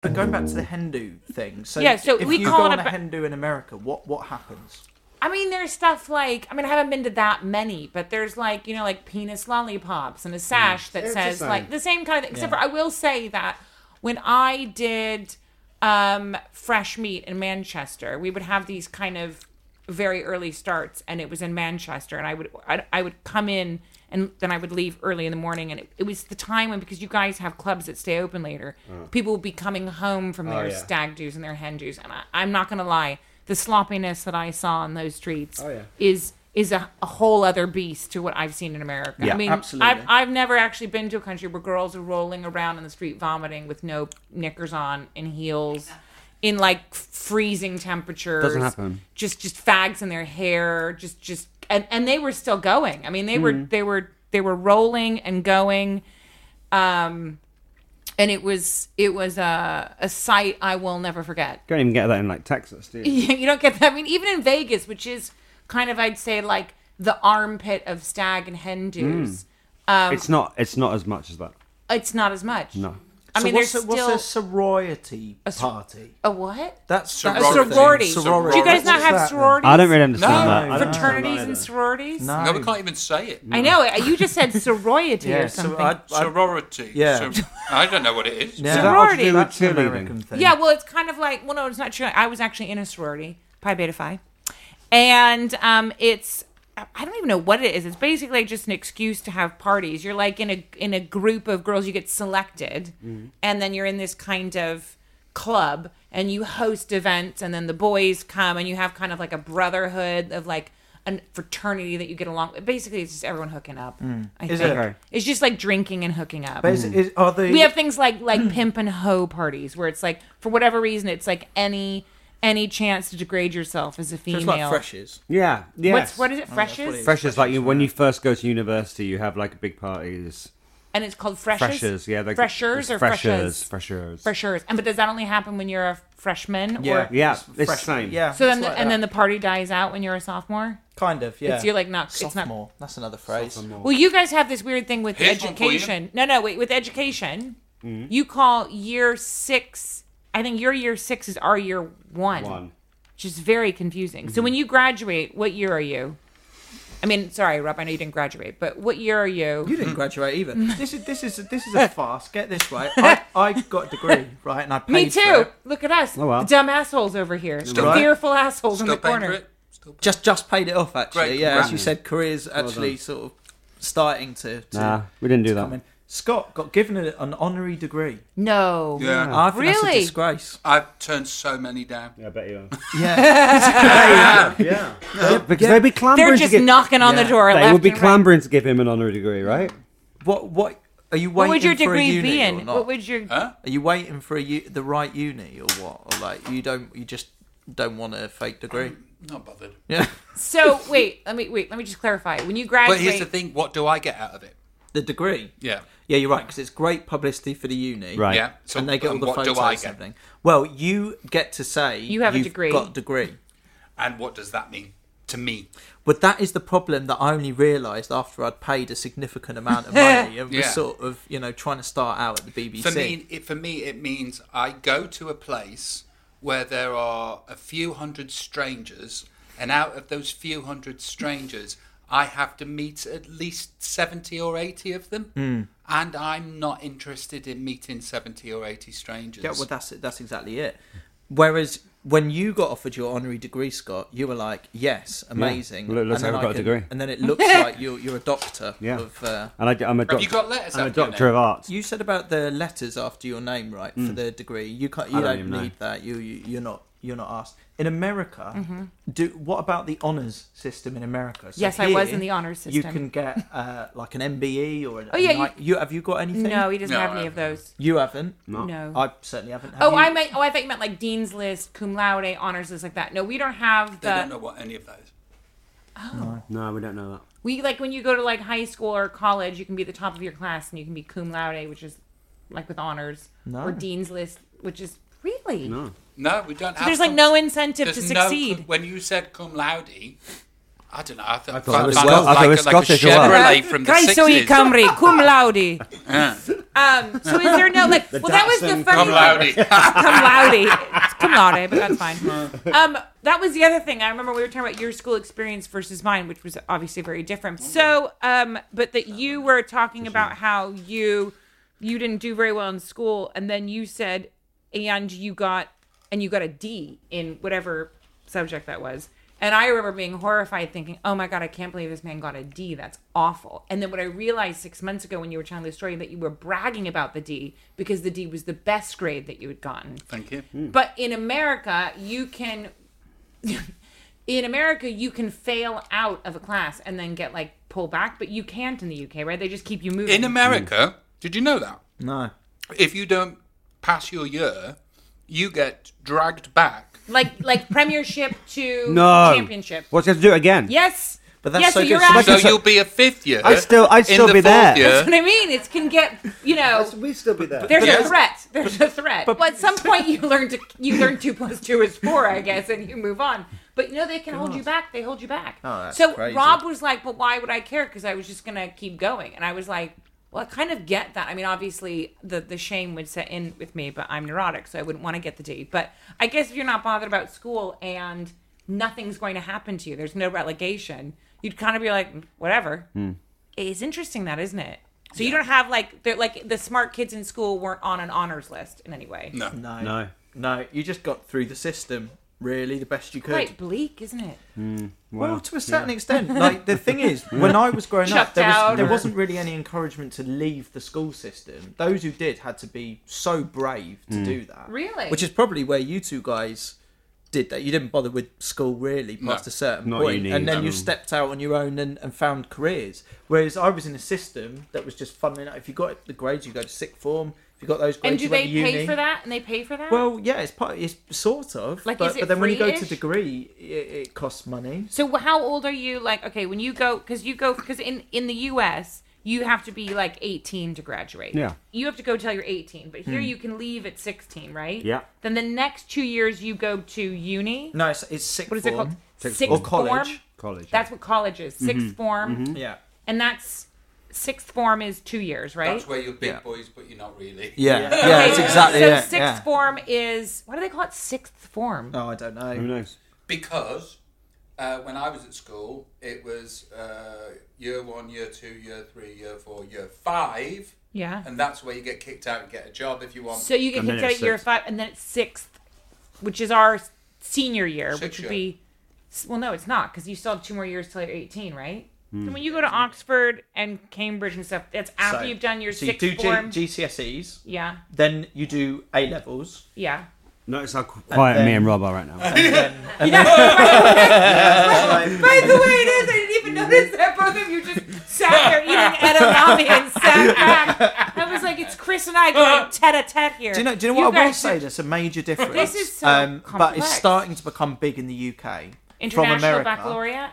But going back to the Hindu thing, so
Yeah, so
if
we
you
call
go
it
on
a
a,
ba-
Hindu in America, what what happens?
I mean, there's stuff like I mean, I haven't been to that many, but there's like you know, like penis lollipops and a sash that
Mm. It's the
says
same.
like the same kind of thing. Except for I will say that when I did um, fresh meat in Manchester, we would have these kind of very early starts, and it was in Manchester, and I would I, I would come in. And then I would leave early in the morning, and it, it was the time when because you guys have clubs that stay open later, people will be coming home from their
Uh. Oh, yeah.
stag do's and their hen do's, and I, I'm not gonna lie, the sloppiness that I saw on those streets
Oh, yeah.
is is a, a whole other beast to what I've seen in America. I
Yeah,
mean,
absolutely.
I've, I've never actually been to a country where girls are rolling around in the street vomiting with no knickers on and heels in like freezing temperatures.
Doesn't happen.
Just just fags in their hair, just just and and they were still going. I mean, they were they were they were rolling and going um and it was it was a a sight I will never forget.
You can't even get that in like Texas, do you?
you don't get that. I mean, even in Vegas, which is kind of, I'd say, like the armpit of stag and hen do's,
it's not. It's not as much as that.
it's not as much.
No.
I
So
mean,
what's
there's
a,
still
what's a sorority
sor-
party?
a what?
That's
A
that's the thing.
sorority.
Sorority.
Do you guys not
What's that
have
then?
sororities?
I don't really understand
No,
that. I don't understand
Fraternities
that
and
either.
sororities?
No.
No, we can't even say it.
I know. it. You just said sorority
Yeah,
or
so
something.
I- I-
Sorority.
Yeah.
Sor- I don't know what it is.
Yeah,
Sorority.
That ought
That's
to do
an
with cheerleading.
American thing.
Yeah, well, it's kind of like well, no, it's not true. I was actually in a sorority, Pi Beta Phi, and um, it's I don't even know what it is. It's basically just an excuse to have parties. You're like in a in a group of girls. You get selected, and then you're in this kind of club, and you host events, and then the boys come, and you have kind of like a brotherhood of like a fraternity that you get along. with. Basically, it's just everyone hooking up. I
Is
think.
it? Okay.
It's just like drinking and hooking up.
But is, is, are the
we have things like like pimp and hoe parties where it's like for whatever reason it's like any any chance to degrade yourself as a
so
female.
it's like freshes.
Yeah. Yes. Oh,
What's what is it?
that's what it
Freshes,
is.
Fresh is like you when you first go to university, you have like big parties.
and it's called freshes.
Freshers, yeah, like
freshers or
freshers,
freshers,
freshers,
freshers. And but does that only happen when you're a freshman? Or,
Yeah, uh,
It's
it's the same.
Yeah.
So then,
it's
the,
like
and
that.
then the party dies out when you're a sophomore.
kind of yeah.
It's you're like not.
sophomore.
It's not.
That's another phrase.
Well, you guys have this weird thing with
Here's one for you.
education. No, no, wait. With education,
Mm-hmm.
you call year six. I think your year six is our year one,
One.
which is very confusing.
Mm-hmm.
So when you graduate, what year are you? I mean, sorry, Rob. I know you didn't graduate, but what year are you?
You didn't graduate either. This is this is this is a farce. Get this right. I, I got a degree right, and I paid
Me
for
too.
it.
Look at us,
Oh, wow.
the dumb assholes over here, the
Right.
fearful assholes in
Still
the
paying
corner.
for it. Still paying.
Just just paid it off actually.
Great,
yeah, as
congrats.
you said, careers actually sort of starting to. to
Nah, we didn't do
come in.
that.
Scott got given a, an honorary degree.
No.
Yeah.
I think that's
Really?
a disgrace.
I've turned so many down.
Yeah, I bet you are.
Yeah,
yeah. because they'd be clambering.
They're just
to get,
knocking on the
Yeah.
door.
They
left
would be
and right.
clambering to give him an honorary degree, right?
what what are you waiting
What would your
for a
degree
uni
be
Or
in?
not?
What would your
Huh?
Are you waiting for a u- the right uni or what? Or like you don't you just don't want a fake degree?
Not bothered.
Yeah,
So wait, let me wait. Let me just clarify. When you graduate,
But here's the thing: what do I get out of it?
the degree.
Yeah.
Yeah, you're right because it's great publicity for the uni.
Right.
Yeah. So
and they get all the
what
photos
do I
and
get?
everything. Well, you get to say
You have a
you've
degree.
Got a degree.
And what does that mean to me?
But that is the problem that I only realised after I'd paid a significant amount of money and was
Yeah.
sort of, you know, trying to start out at the BBC.
For me, it, for me, it means I go to a place where there are a few hundred strangers, and out of those few hundred strangers, I have to meet at least seventy or eighty of them,
Hmm.
and I'm not interested in meeting seventy or eighty strangers.
Yeah, well, that's it. That's exactly it. Whereas when you got offered your honorary degree, Scott, you were like, "Yes, amazing."
Look, looks
and
like
then
I've
I
got a
can-
degree.
And then it looks like you're you're a doctor.
Yeah.
Of, uh,
And I, am a doctor.
you got letters
I'm a
up your
doctor
name?
of arts.
you said about the letters after your name, right? For the degree, you can't. You
Mm. don't
don't,
even know.
need that. You, you you're not you're not asked. In America, do what about the honors system in America? So
Mm-hmm. Yes, I was
here,
in the honors
You
system.
can get uh, like an MBE or an, oh
yeah, you-
you, have you got anything?
no, he doesn't
No,
have
I
any of those.
you haven't.
No.
I certainly haven't. Have
oh,
Uh,
I
you?
meant. Oh, I thought you meant like dean's list, cum laude, honors list, like that. No, we don't have
they don't
the.
know what any of those.
No, we don't know that.
we like when you go to like high school or college, you can be the top of your class and you can be cum laude, which is like with honors,
No.
or dean's list, which is really.
No.
No, we don't. have
There's like
cum-
no incentive to
there's no cum-
succeed.
when you said cum laude, I don't know. I, th- I
it
found
was Scot- I thought it was
like,
Scottish
a
or what?
Chevrolet from the Uh.
Christ, oh, ye
60s.
Cymru, cum laude.
Yeah.
Um, so is there no like? well, that was the
Datsun
funny.
Cum laude.
cum laude. It's cum laude, but that's fine. Um, that was the other thing. I remember we were talking about your school experience versus mine, which was obviously very different. So, um, but that you were talking about how you you didn't do very well in school, and then you said, and you got and you got a D in whatever subject that was. And I remember being horrified, thinking, "Oh my god, I can't believe this man got a D. That's awful." And then what I realized six months ago, when you were telling the story, that you were bragging about the D because the D was the best grade that you had gotten.
Thank you.
Hmm.
But in America, you can in America you can fail out of a class and then get like pulled back, but you can't in the UK, right? They just keep you moving.
In America, did you know that?
no.
If you don't pass your year, you get dragged back.
like like premiership to
No.
championship.
What's he have to do it again?
Yes.
But that's
yes,
so
you're
good. So
out.
So
That's-
you'll be a fifth year.
I'd still- I'd
in
still
the
be there.
fourth year.
That's what I mean. It can get you know.
We'd still be there.
There's a
Yes.
threat. There's a threat. But, at some point, you learn to you learn two plus two is four, I guess, and you move on. But you know they can hold you back. They hold you back.
Oh, that's
so
crazy.
Rob was like, "But why would I care? Because I was just gonna keep going." And I was like, "Well, I kind of get that. I mean, obviously the the shame would set in with me, but I'm neurotic, so I wouldn't want to get the D. But I guess if you're not bothered about school and nothing's going to happen to you, there's no relegation. You'd kind of be like, whatever.
Hmm.
It's interesting that, isn't it? So you don't have like they're like the smart kids in school weren't on an honors list in any way.
No.
No.
No.
No, you just got through the system really the best you could.
Quite bleak, isn't it?
Well, to a certain extent. Like the thing is, when I was growing
Shut
up, there,
down
was, there
or-
wasn't really any encouragement to leave the school system. Those who did had to be so brave to do that.
Really?
Which is probably where you two guys did that. You didn't bother with school really past
No,
a certain
not
point.
uni,
and then
no.
you stepped out on your own and, and found careers. Whereas I was in a system that was just funneling out. If you got the grades, you go to sixth form. If you got those grades,
And do
you
they
went to uni.
pay for that? And they pay for that?
Well, yeah, it's part. It's sort of.
Like,
but,
is it
but then when you go to
free-ish?
degree, it, it costs money.
So wh- how old are you? Like, okay, when you go, because you go, because in in the U.S. you have to be like 18 to graduate.
Yeah. Hmm.
You have to go till you're 18, but here you can leave at 16, right?
Yeah.
Then the next two years you go to uni.
No, it's, it's sixth
What is it
form.
called?
Sixth
Sixth
form. Mm-hmm.
Or college.
form?
College.
That's what college is. 6th form,
Yeah.
and that's sixth form is two years, right?
That's where you're big
Yeah.
boys, but you're not really.
Yeah. Yeah. It's exactly
So
yeah,
sixth
yeah.
form is what do they call it? Sixth form.
Uh,
Oh, I don't
Who
know.
knows?
Because uh, when I was at school, it was uh, year one, year two, year three, year four, year five.
Yeah.
And that's where you get kicked out and get a job if you want.
So you get
And then
kicked out
it's
at year
sixth.
five, and then it's sixth, which is our senior year,
Sixth
which would
year.
be. Well, no, it's not because you still have two more years till you're 18, right?
Hmm.
So when you go to Oxford and Cambridge and stuff, that's after
So-
you've done your
so you
sixth
do G-
form.
GCSEs,
yeah,
then you do A levels,
yeah.
Notice how qu- quiet
then-
me and Rob are right now.
Oh, By the way, it is. I didn't even notice that both of you just sat there eating edamame and sat back. I was like, it's Chris and I going tete a tete here.
Do you know? Do you know what I will
guys
say?
should-
That's a major difference. Um,
This is so
but it's
complex.
starting to become big in the UK from
International
America.
baccalaureate,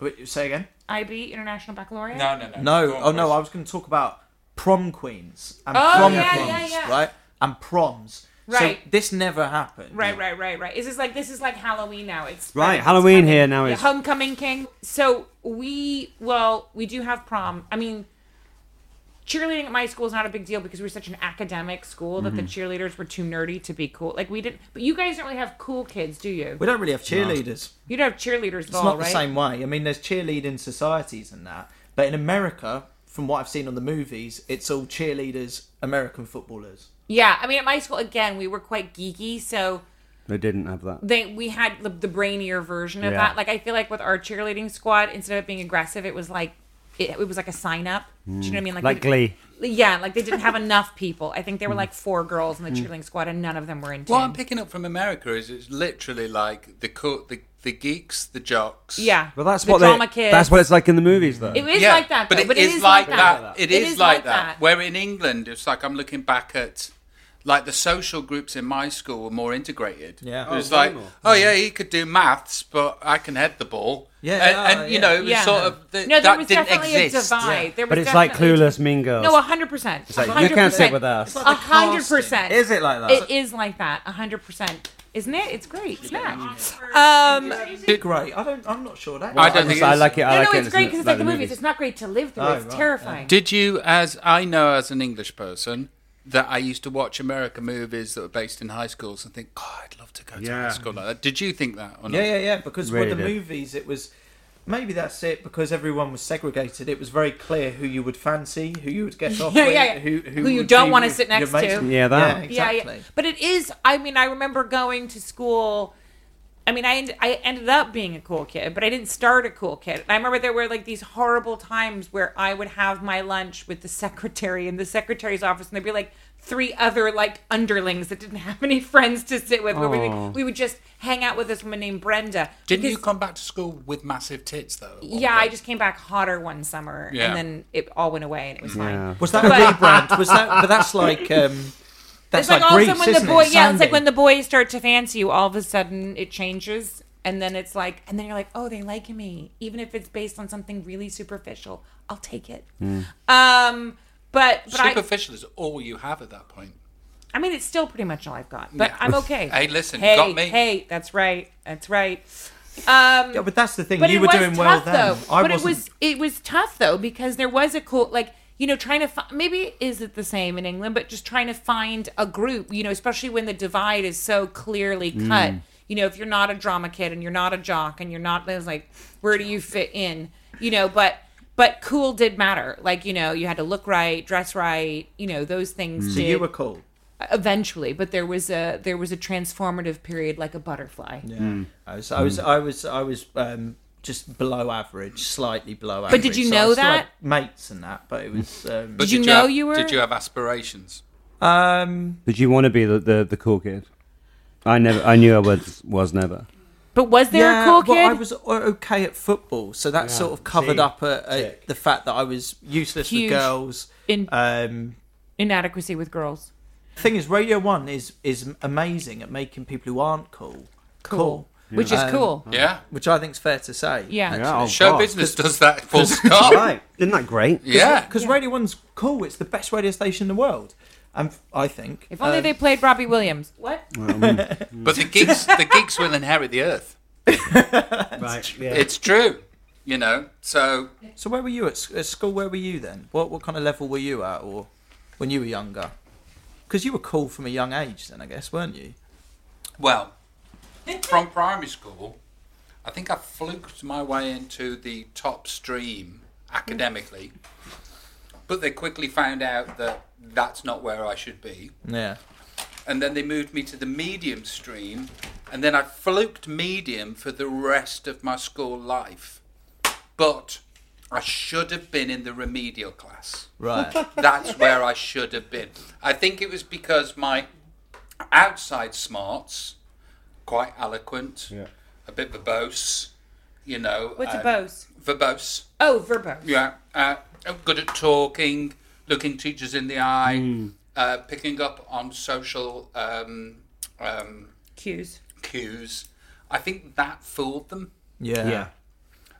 Wait, Say again?
IB, international baccalaureate.
no, no, no.
No.
Go on,
Oh no,
boys.
I was going to talk about prom queens and
Oh,
prom
yeah,
queens,
yeah, yeah.
right? And proms. So
Right.
this never happened.
Right, right, right, right. This is like this is like Halloween now. It's
Right,
it's
Halloween
coming.
here now
Yeah,
is-
homecoming king. So we well we do have prom. I mean, cheerleading at my school is not a big deal because we were such an academic school that the
Mm-hmm.
cheerleaders were too nerdy to be cool. Like we didn't. But you guys don't really have cool kids, do you?
We don't really have cheerleaders.
You don't have cheerleaders at
It's
all,
not
Oh, right?
the same way. I mean, there's cheerleading societies and that, but in America, from what I've seen on the movies, it's all cheerleaders, American footballers.
Yeah, I mean at my school again we were quite geeky, so
They didn't have that.
they we had the, the brainier version of
Yeah.
that. Like I feel like with our cheerleading squad, instead of it being aggressive, it was like it, it was like a sign up. Do you know what I mean?
Like
we-
Glee.
Yeah, like they didn't have enough people. I think there were like four girls in
Mm.
the cheerleading squad, and none of them were in.
What I'm
10.
picking up from America is it's literally like the co- the, the geeks, the jocks.
yeah,
Well, that's
the
what
drama
they,
kids.
That's what it's like in the movies, though.
it is
Yeah,
like that. Though,
but it is like that. It is like that.
Where
Where in England, it's like I'm looking back at. Like the social groups in my school were more integrated.
Yeah.
it was
Oh, way
like,
more.
oh yeah, he could do maths, but I can head the ball.
Yeah,
and,
ah,
and
yeah.
you know, it was
yeah,
sort of th-
no, there
that
was
didn't
definitely
exist.
a divide. There was
but it's like
definitely-
Clueless Mean Girls.
No, hundred percent.
like, you can't sit with us. It's like
A hundred percent.
Is it like that?
It is like that. A hundred percent. Isn't it? It's great. It's not. Um,
Great. I don't. I'm not sure that.
I don't
Honestly,
think
I
it's-
like it. I
no,
like
no,
it.
it's great because it's like the movies. It's not great to live through.
Oh,
it's
right,
terrifying.
Did you, as I know, as an English person, that I used to watch American movies that were based in high schools and think, God, I'd love to go to
Yeah.
high school like that. Did you think that? Or not?
Yeah, yeah, yeah. Because
Really
with the
did.
movies, it was maybe that's it. Because everyone was segregated, it was very clear who you would fancy, who you would get off
Yeah,
with,
yeah, yeah.
who
Who you
would
don't
be
wanna
with
sit
your
next
mates.
to.
Yeah, that.
Yeah,
Yeah, yeah.
exactly.
But it is. I mean, I remember going to school. I mean, I end, I ended up being a cool kid, but I didn't start a cool kid. And I remember there were like these horrible times where I would have my lunch with the secretary in the secretary's office, and there'd be like three other like underlings that didn't have any friends to sit with. Where we, would, we would just hang out with this woman named Brenda.
Didn't you
because-
come back to school with massive tits though? at one
Yeah, I
point?
just came back hotter one summer,
Yeah.
and then it all went away, and it was fine.
Was that a rebrand? Was that? But that's like. Um, that's
It's like,
like
also
Greece,
when the
isn't
boy,
it?
yeah, it's like
Sandy.
when the boys start to fancy you, all of a sudden it changes, and then it's like, and then you're like, oh, they like me, even if it's based on something really superficial. I'll take it. Um, but but I,
Superficial is all you have at that point.
I mean, it's still pretty much all I've got, but
Yeah.
I'm okay.
Hey, listen,
hey,
got me.
hey, that's right, that's right. Um,
Yeah, but that's the thing.
but
you
it
were
was
doing
tough
well then.
though.
I
but it
wasn't.
was it was tough though because there was a cool like you know trying to fi- maybe is it the same in England but just trying to find a group you know especially when the divide is so clearly
Mm.
cut you know if you're not a drama kid and you're not a jock and you're not it's like where do you fit in you know but but cool did matter like you know you had to look right dress right you know those things
Mm. So
did
you were cool.
eventually but there was a there was a transformative period like a butterfly
I was, I was, I was, I was um, just below average, slightly below average.
But did you
So I
know
was still
that?
had mates and that? But it was. Um,
But
Did you
did
know
have,
you were-
Did you have aspirations?
um,
Did you want to be the, the, the cool kid? I never. I knew I was was never.
But was there a cool kid?
well, I was o- okay at football, so that sort of covered
See?
up uh uh
Tick.
the fact that I was useless
Huge.
with girls.
In-
um,
Inadequacy with girls.
thing is, Radio One is is amazing at making people who aren't cool cool,
Which is
Um,
cool.
Yeah.
which I think's fair to say.
Yeah.
Yeah, oh,
Show
God.
business does that full stop.
Right? Isn't that great?
Yeah.
because Radio One's cool. It's the best radio station in the world, and I think
If only
um,
they played Robbie Williams. What?
But the geeks the geeks will inherit the earth.
Right. Yeah.
It's true. You know. So
So where were you at, s- at school? Where were you then? What what kind of level were you at, or when you were younger? Because you were cool from a young age, then I guess, weren't you?
well from primary school I think I fluked my way into the top stream academically. But they quickly found out that that's not where I should be.
Yeah.
and then they moved me to the medium stream, and then I fluked medium for the rest of my school life. But I should have been in the remedial class.
Right.
That's where I should have been. I think it was because my outside smarts, quite eloquent, a bit verbose, you know.
What's
uh,
verbose?
Verbose.
Oh, verbose.
Yeah, uh, good at talking, looking teachers in the eye, uh, picking up on social um, um,
Cues.
cues. I think that fooled them.
Yeah.
yeah.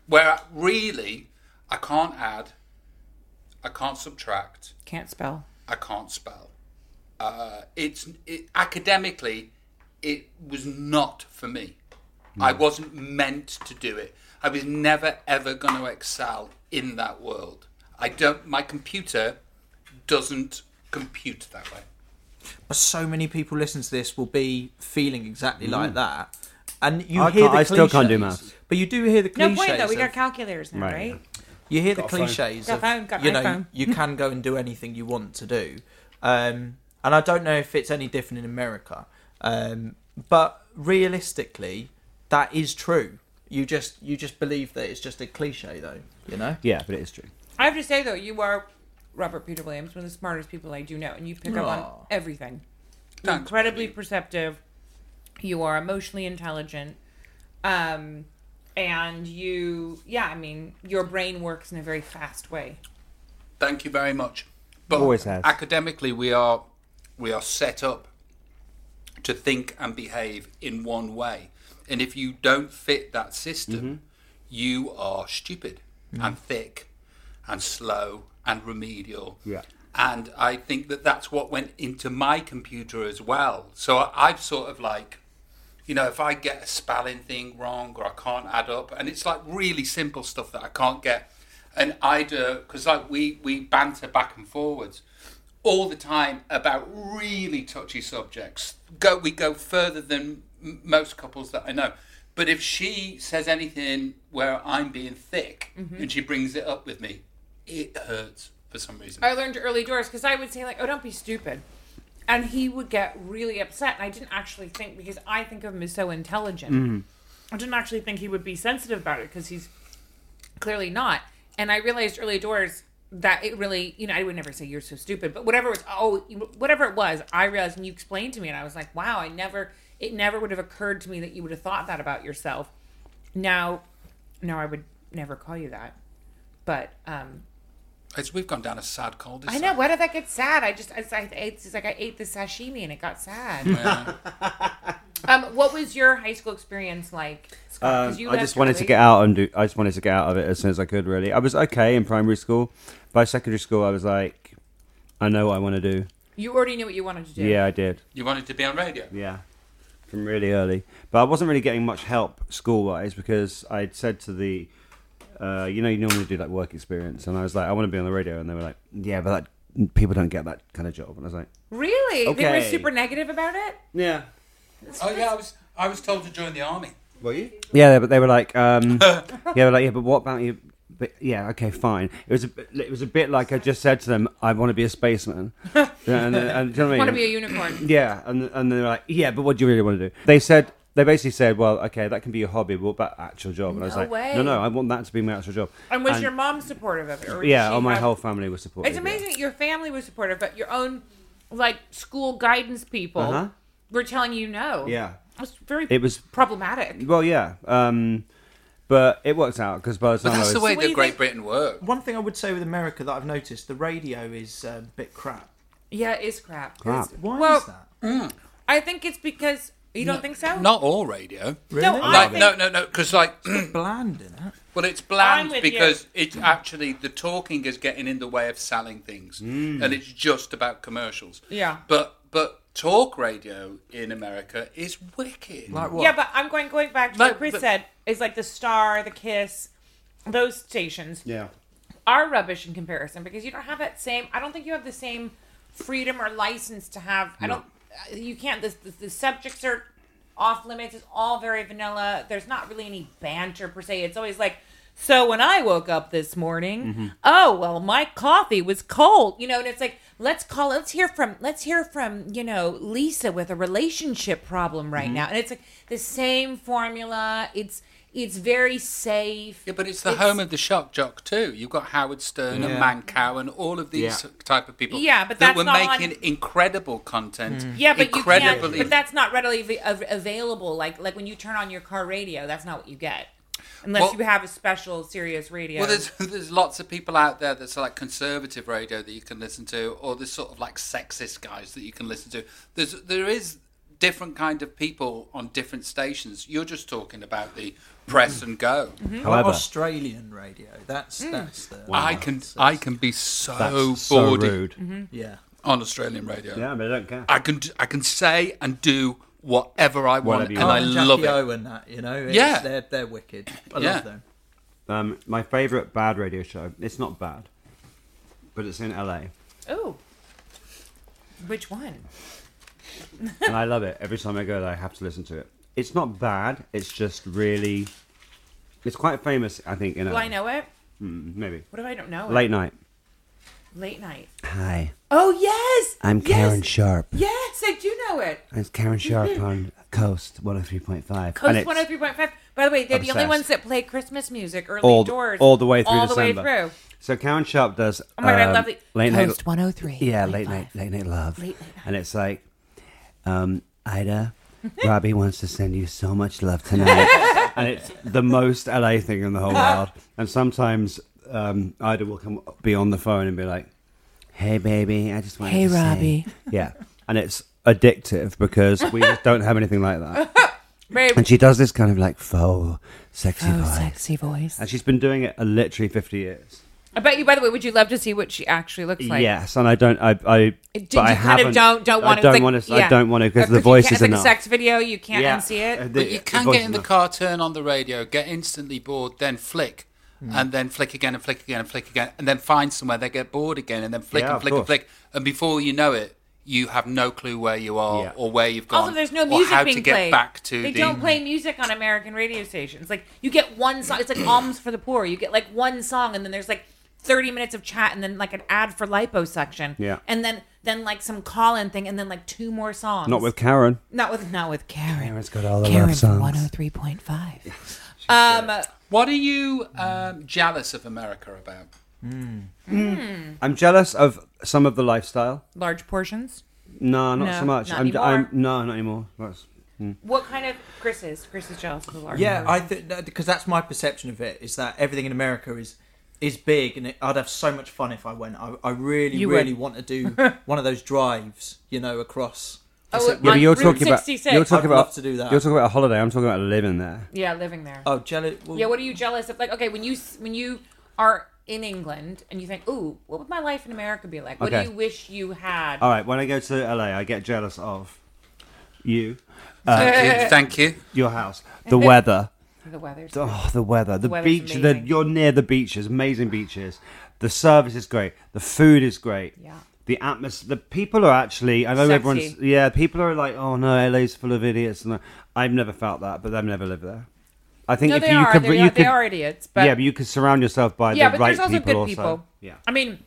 Where really, I can't add, I can't subtract,
Can't spell.
I can't spell. Uh, it's it, academically, it was not for me. I wasn't meant to do it. I was never ever going to excel in that world. I don't. My computer doesn't compute that way.
But so many people listen to this will be feeling exactly like that. And you
Mm. I
hear
can't-
the
I still can't do
cliches,
maths.
But you do hear the
No
cliches.
point, though. We got
of-
calculators now,
Right.
right?
you hear
Got
the
a phone.
cliches
Got
of
phone, got
you know
iPhone.
you can go and do anything you want to do um, and i don't know if it's any different in america um, but realistically that is true you just you just believe that it's just a cliche though you know
Yeah, but it is true.
I have to say, though, you are Robert Peter Williams, one of the smartest people I do know, and you pick up on
Aw.
everything. You're
Thanks,
incredibly perceptive. You are emotionally intelligent. Um, and you, yeah, I mean, your brain works in a very fast way.
Thank you very much. But
Always has.
academically, we are we are set up to think and behave in one way, and if you don't fit that system,
Mm-hmm.
you are stupid and thick and slow and remedial.
Yeah.
And I think that that's what went into my computer as well. So I- I've sort of like, you know, if I get a spelling thing wrong or I can't add up, and it's like really simple stuff that I can't get. And I do, because like we, we banter back and forwards all the time about really touchy subjects. Go, we go further than m- most couples that I know. But if she says anything where I'm being thick
Mm-hmm.
and she brings it up with me, it hurts for some reason.
I learned early doors because I would say like, "Oh, don't be stupid," and he would get really upset. And I didn't actually think because I think of him as so intelligent. I didn't actually think he would be sensitive about it because he's clearly not. And I realized early doors that it really, you know, I would never say you're so stupid, but whatever it was, oh, you- whatever it was, I realized and you explained to me, and I was like, wow, I never, it never would have occurred to me that you would have thought that about yourself. Now, now I would never call you that, but um,
As we've gone down a sad cold.
I know. Why did that get sad? I just, I, I ate, it's like I ate the sashimi and it got sad. um, what was your high school experience like? Scott? 'Cause
Um, I just
left
wanted to
early.
get out and do. I just wanted to get out of it as soon as I could. Really, I was okay in primary school. By secondary school, I was like, I know what I want to do.
You already knew what you wanted to do.
Yeah, I did.
You wanted to be on radio.
Yeah, from really early. But I wasn't really getting much help school wise because I'd said to the, uh, you know, you normally do like work experience, and I was like, I want to be on the radio, and they were like, Yeah, but that people don't get that kind of job, and I was like,
Really? They were
Okay.
super negative about it.
Yeah.
Oh yeah, I was I was told to join the army.
Were you? Yeah, but they were like, um, yeah, they were like, yeah, but what about you? But yeah, okay, fine. It was a, bit- it was a bit like I just said to them, I want to be a spaceman. and, and, do you know what I mean?
Want to be a unicorn?
Yeah, and and they're like, yeah, but what do you really want to do? They said they basically said, well, okay, that can be your hobby, but what about actual job? And I was
No
like,
way.
no, no, I want that to be my actual job.
and was your mom supportive of it? Or did
yeah,
she
oh, my
have-
whole family was supportive.
It's
yeah.
amazing that your family was supportive, but your own like school guidance people
Uh-huh.
we're telling you no.
Yeah.
It's very
It was-
problematic.
Well, yeah. Um, but it worked out because by the time
But that's
I
the
was,
way
what do
that
you
Great
think-
Britain worked.
One thing I would say with America that I've noticed, the radio is uh, a bit crap.
Yeah, it is crap.
Crap.
Why
Well-
is that?
I think it's because you don't think so?
Not all radio.
No,
Really?
I
Like
think
no, no, no, because like,
Bland in it.
well, it's
I'm
bland
with
because it's actually the talking is getting in the way of selling things, and it's just about commercials.
Yeah.
But but talk radio in America is wicked.
Like what?
Yeah, but I'm going going back to
No,
what Chris
but-
said is like the Star, the Kiss, those stations
yeah,
are rubbish in comparison because you don't have that same. I don't think you have the same freedom or license to have. I don't. uh, You can't. The, the, the subjects are off limits. It's all very vanilla. There's not really any banter per se. It's always like. So when I woke up this morning,
Mm-hmm.
oh well, my coffee was cold, you know, and it's like let's call, let's hear from, let's hear from, you know, Lisa with a relationship problem
Mm-hmm.
right now, and it's like the same formula. It's it's very safe.
Yeah, but it's the home of the shock jock too. You've got Howard Stern and Mancow and all of these
Yeah.
type of people.
Yeah, but
that
that's
were
not on- Hmm.
making incredible content.
Yeah, but you
incredibly.
can't. But that's not readily av- av- available. Like like when you turn on your car radio, that's not what you get, unless
Well-
you have a special Sirius radio.
Well, there's there's lots of people out there that's like conservative radio that you can listen to, or there's sort of like sexist guys that you can listen to. There's there is different kind of people on different stations. You're just talking about the press and go.
Like
However-
Australian radio. That's
Mm.
that's the.
I can I can be so
that's so
bored
rude.
Mm-hmm.
Yeah.
on Australian radio.
Yeah, but I don't care.
I can d- I can say and do whatever I want,
Whatever you
and I
want.
and
love
Jackie
it.
O and that, you know. It's,
Yeah.
They're, they're wicked. I
Yeah.
love them.
Um, my favorite bad radio show. It's not bad, but it's in LA,
Ooh, which one?
and I love it. Every time I go there, I have to listen to it. It's not bad. It's just really. It's quite famous, I think. In
Well,
LA.
I know it.
Mm, maybe
What if I don't know it?
late night.
Late night.
Hi,
Oh yes,
I'm
yes!
Karen Sharp.
Yes, I do know it.
It's Karen Sharp on Coast 103.5. And
Coast
it's-
one hundred three point five. By the way, they're the only
Obsessed.
ones that play Christmas music early
all,
doors,
all the way through
all the
December.
way through.
So Karen Sharp does.
Oh my God, I
um,
love the-
late night.
Coast 103.
Yeah, late night, late night love.
Late night.
And it's like, um, Ida, Robbie wants to send you so much love tonight, and it's the most LA thing in the whole world. And sometimes um, Ida will come be on the phone and be like, "Hey, baby, I just want."
Hey,
to say-"
Robbie.
Yeah, and it's addictive because we just don't have anything like that.
Very
And she does this kind of like faux, sexy voice.
sexy voice.
And she's been doing it uh, literally 50 years.
I bet you. By the way, would you love to see what she actually looks like?
yes, and I don't. I. I
Did
but I
you kind
haven't.
of don't don't want
I
to?
don't
like,
want to.
yeah.
I don't want to
Uh,
because the
you
voice
can't-
is
it's like
enough.
a sex video. You can't unsee it.
But you can get in uh, the car, turn on the radio, get instantly bored, then flick,
Hmm.
and then flick again and flick again and flick again, and then find somewhere they get bored again, and then flick
Yeah,
and
of
flick and
course.
flick, and before you know it, you have no clue where you are
Yeah.
or where you've gone,
Also, there's no
or
music
how
being
to get
played.
back to
they
the.
don't play music on American radio stations. Like you get one song. It's like alms for the poor. You get like one song, and then there's like 30 minutes of chat, and then like an ad for liposuction.
Yeah.
and then then like some call in thing, and then like two more songs.
Not with Karen.
not with not with Karen.
Karen's got all the
Karen
love songs.
103.5. Um, uh,
What are you um, jealous of America about?
I'm jealous of some of the lifestyle.
large portions.
No, not
No,
so much.
not
I'm, I'm.
anymore.
No, not anymore. That's,
What kind of Chris is? Chris is jealous of the large.
Yeah, I think because that's my perception of it is that everything in America is is big, and it, I'd have so much fun if I went. I, I really,
You
really
would.
want to do one of those drives, you know, across.
Oh,
yeah, but
on
you're
Route
talking about.
66.
You're talking
I'd
about
love to do that.
You're talking about a holiday. I'm talking about living there.
Yeah, living there.
Uh,
Oh, jelly. Well,
yeah, what are you jealous of? Like, okay, when you s- when you are in England and you think, "Ooh, what would my life in America be like? What
Okay.
do you wish you had?"
All right. When I go to LA, I get jealous of you,
Thank you. Thank you.
your house, the weather.
the weather.
Oh, the weather, the,
weather's
beach. The,
amazing.
you're near the beaches, amazing beaches. The service is great. The food is great.
Yeah.
The atmosphere. The people are actually. I know
Sexy.
everyone's. Yeah, people are like, oh no, LA's full of idiots. And I- I've never felt that, but I've never lived there. I think
No,
if
they
you
are.
could,
they,
you
are
could,
they are idiots. But
yeah, but you could surround yourself by
yeah,
the
but
right
there's also
people.
good
also.
people.
Yeah.
I mean,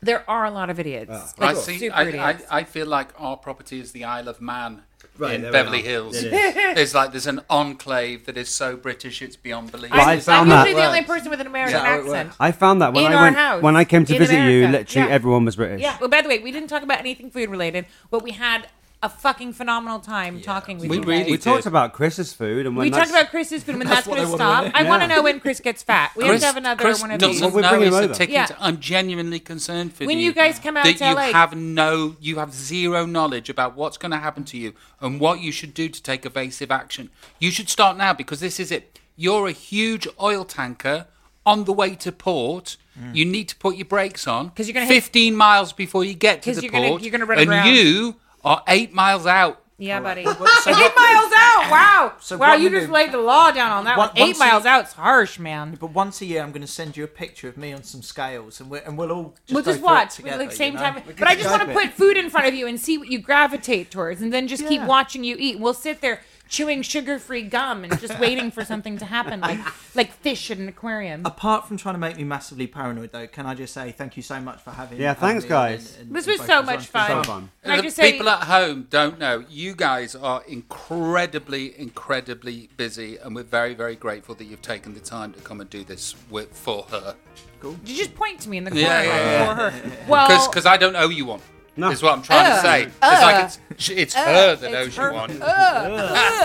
there are a lot of idiots.
I
like
see.
super
I, I,
idiots.
I feel like our property is the Isle of Man
Right,
in
there we
Beverly
are.
Hills.
It
It's like there's an enclave that is so British it's beyond belief.
Well, I
I'm
found that-
usually the only
works.
person with an American
how it
accent.
works.
I found that when
In
I
our
went
house,
when I came to
in
visit you,
America.
literally
Yeah.
everyone was British.
Yeah. Well, by the way, we didn't talk about anything food related. What we had a fucking phenomenal time talking with
We
you.
really
We
guys.
did.
talked about Chris's food and when
We
that's-
talked about Chris's food, and that's,
That's
going
what
to
I wanna
stop.
know.
I want to
Yeah.
know when Chris gets fat. We
Chris,
have to have another
Chris
one of these.
doesn't
Well, we're
know
bringing
it's
him
a
over.
ticket.
Yeah.
to- I'm genuinely concerned for
When
you.
you guys come out
that
to
you
LA.
have no, you have zero knowledge about what's going to happen to you and what you should do to take evasive action. You should start now because this is it. You're a huge oil tanker on the way to port.
Mm.
You need to put your brakes on
'Cause you're gonna hit-
15 miles before you get to
'Cause
the
you're gonna-
port,
you're gonna run
and
aground.
you are eight miles out.
Yeah, buddy.
Well, so
Eight
what-
miles out. Wow.
So
wow,
what
you
we
just
do-
laid the law down on that one.
One-
Eight
once
miles
you-
out's harsh, man.
But once a year, I'm going to send you a picture of me on some scales, and, we're, and we'll all just
We'll
go
just
through it
watch. We-
together,
like same
you know?
time. But I just want to
type
put
it.
food in front of you and see what you gravitate towards, and then just keep
Yeah.
watching you eat. We'll sit there chewing sugar-free gum and just waiting for something to happen, like like fish in an aquarium.
Apart from trying to make me massively paranoid, though, can I just say thank you so much for having?
Yeah,
having
thanks,
me on
guys.
This was
both
so
of us
much
on.
So
fun.
fun.
Can I
the
just say-
Uh, people at home don't know. You guys are incredibly, incredibly busy, and we're very, very grateful that you've taken the time to come and do this with, for her.
You just point to me in the corner
Yeah, yeah, yeah.
for her. Well,
Because I don't owe you one.
No.
Is what I'm trying to say. it's like it's, sh- it's her that
Uh. it's
owes
her. Uh.
you one.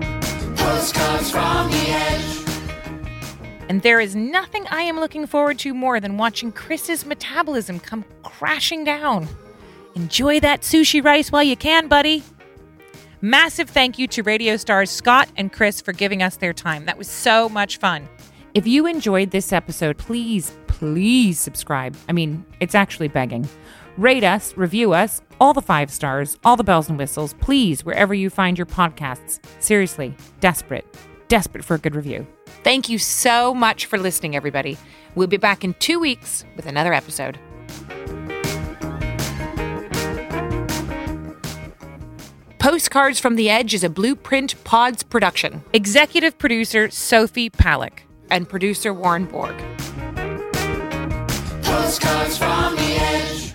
Postcards from the edge.
And there is nothing I am looking forward to more than watching Chris's metabolism come crashing down. Enjoy that sushi rice while you can, buddy. Massive thank you to Radio Stars Scott and Chris for giving us their time. That was so much fun. If you enjoyed this episode, please, please subscribe. I mean, it's actually begging. Rate us, review us, all the five stars, all the bells and whistles, please, wherever you find your podcasts. Seriously, desperate, desperate for a good review. Thank you so much for listening, everybody. We'll be back in two weeks with another episode. Postcards from the Edge is a Blueprint Pods production. Executive producer Sophie Palick and producer Warren Borg.
Postcards from the edge.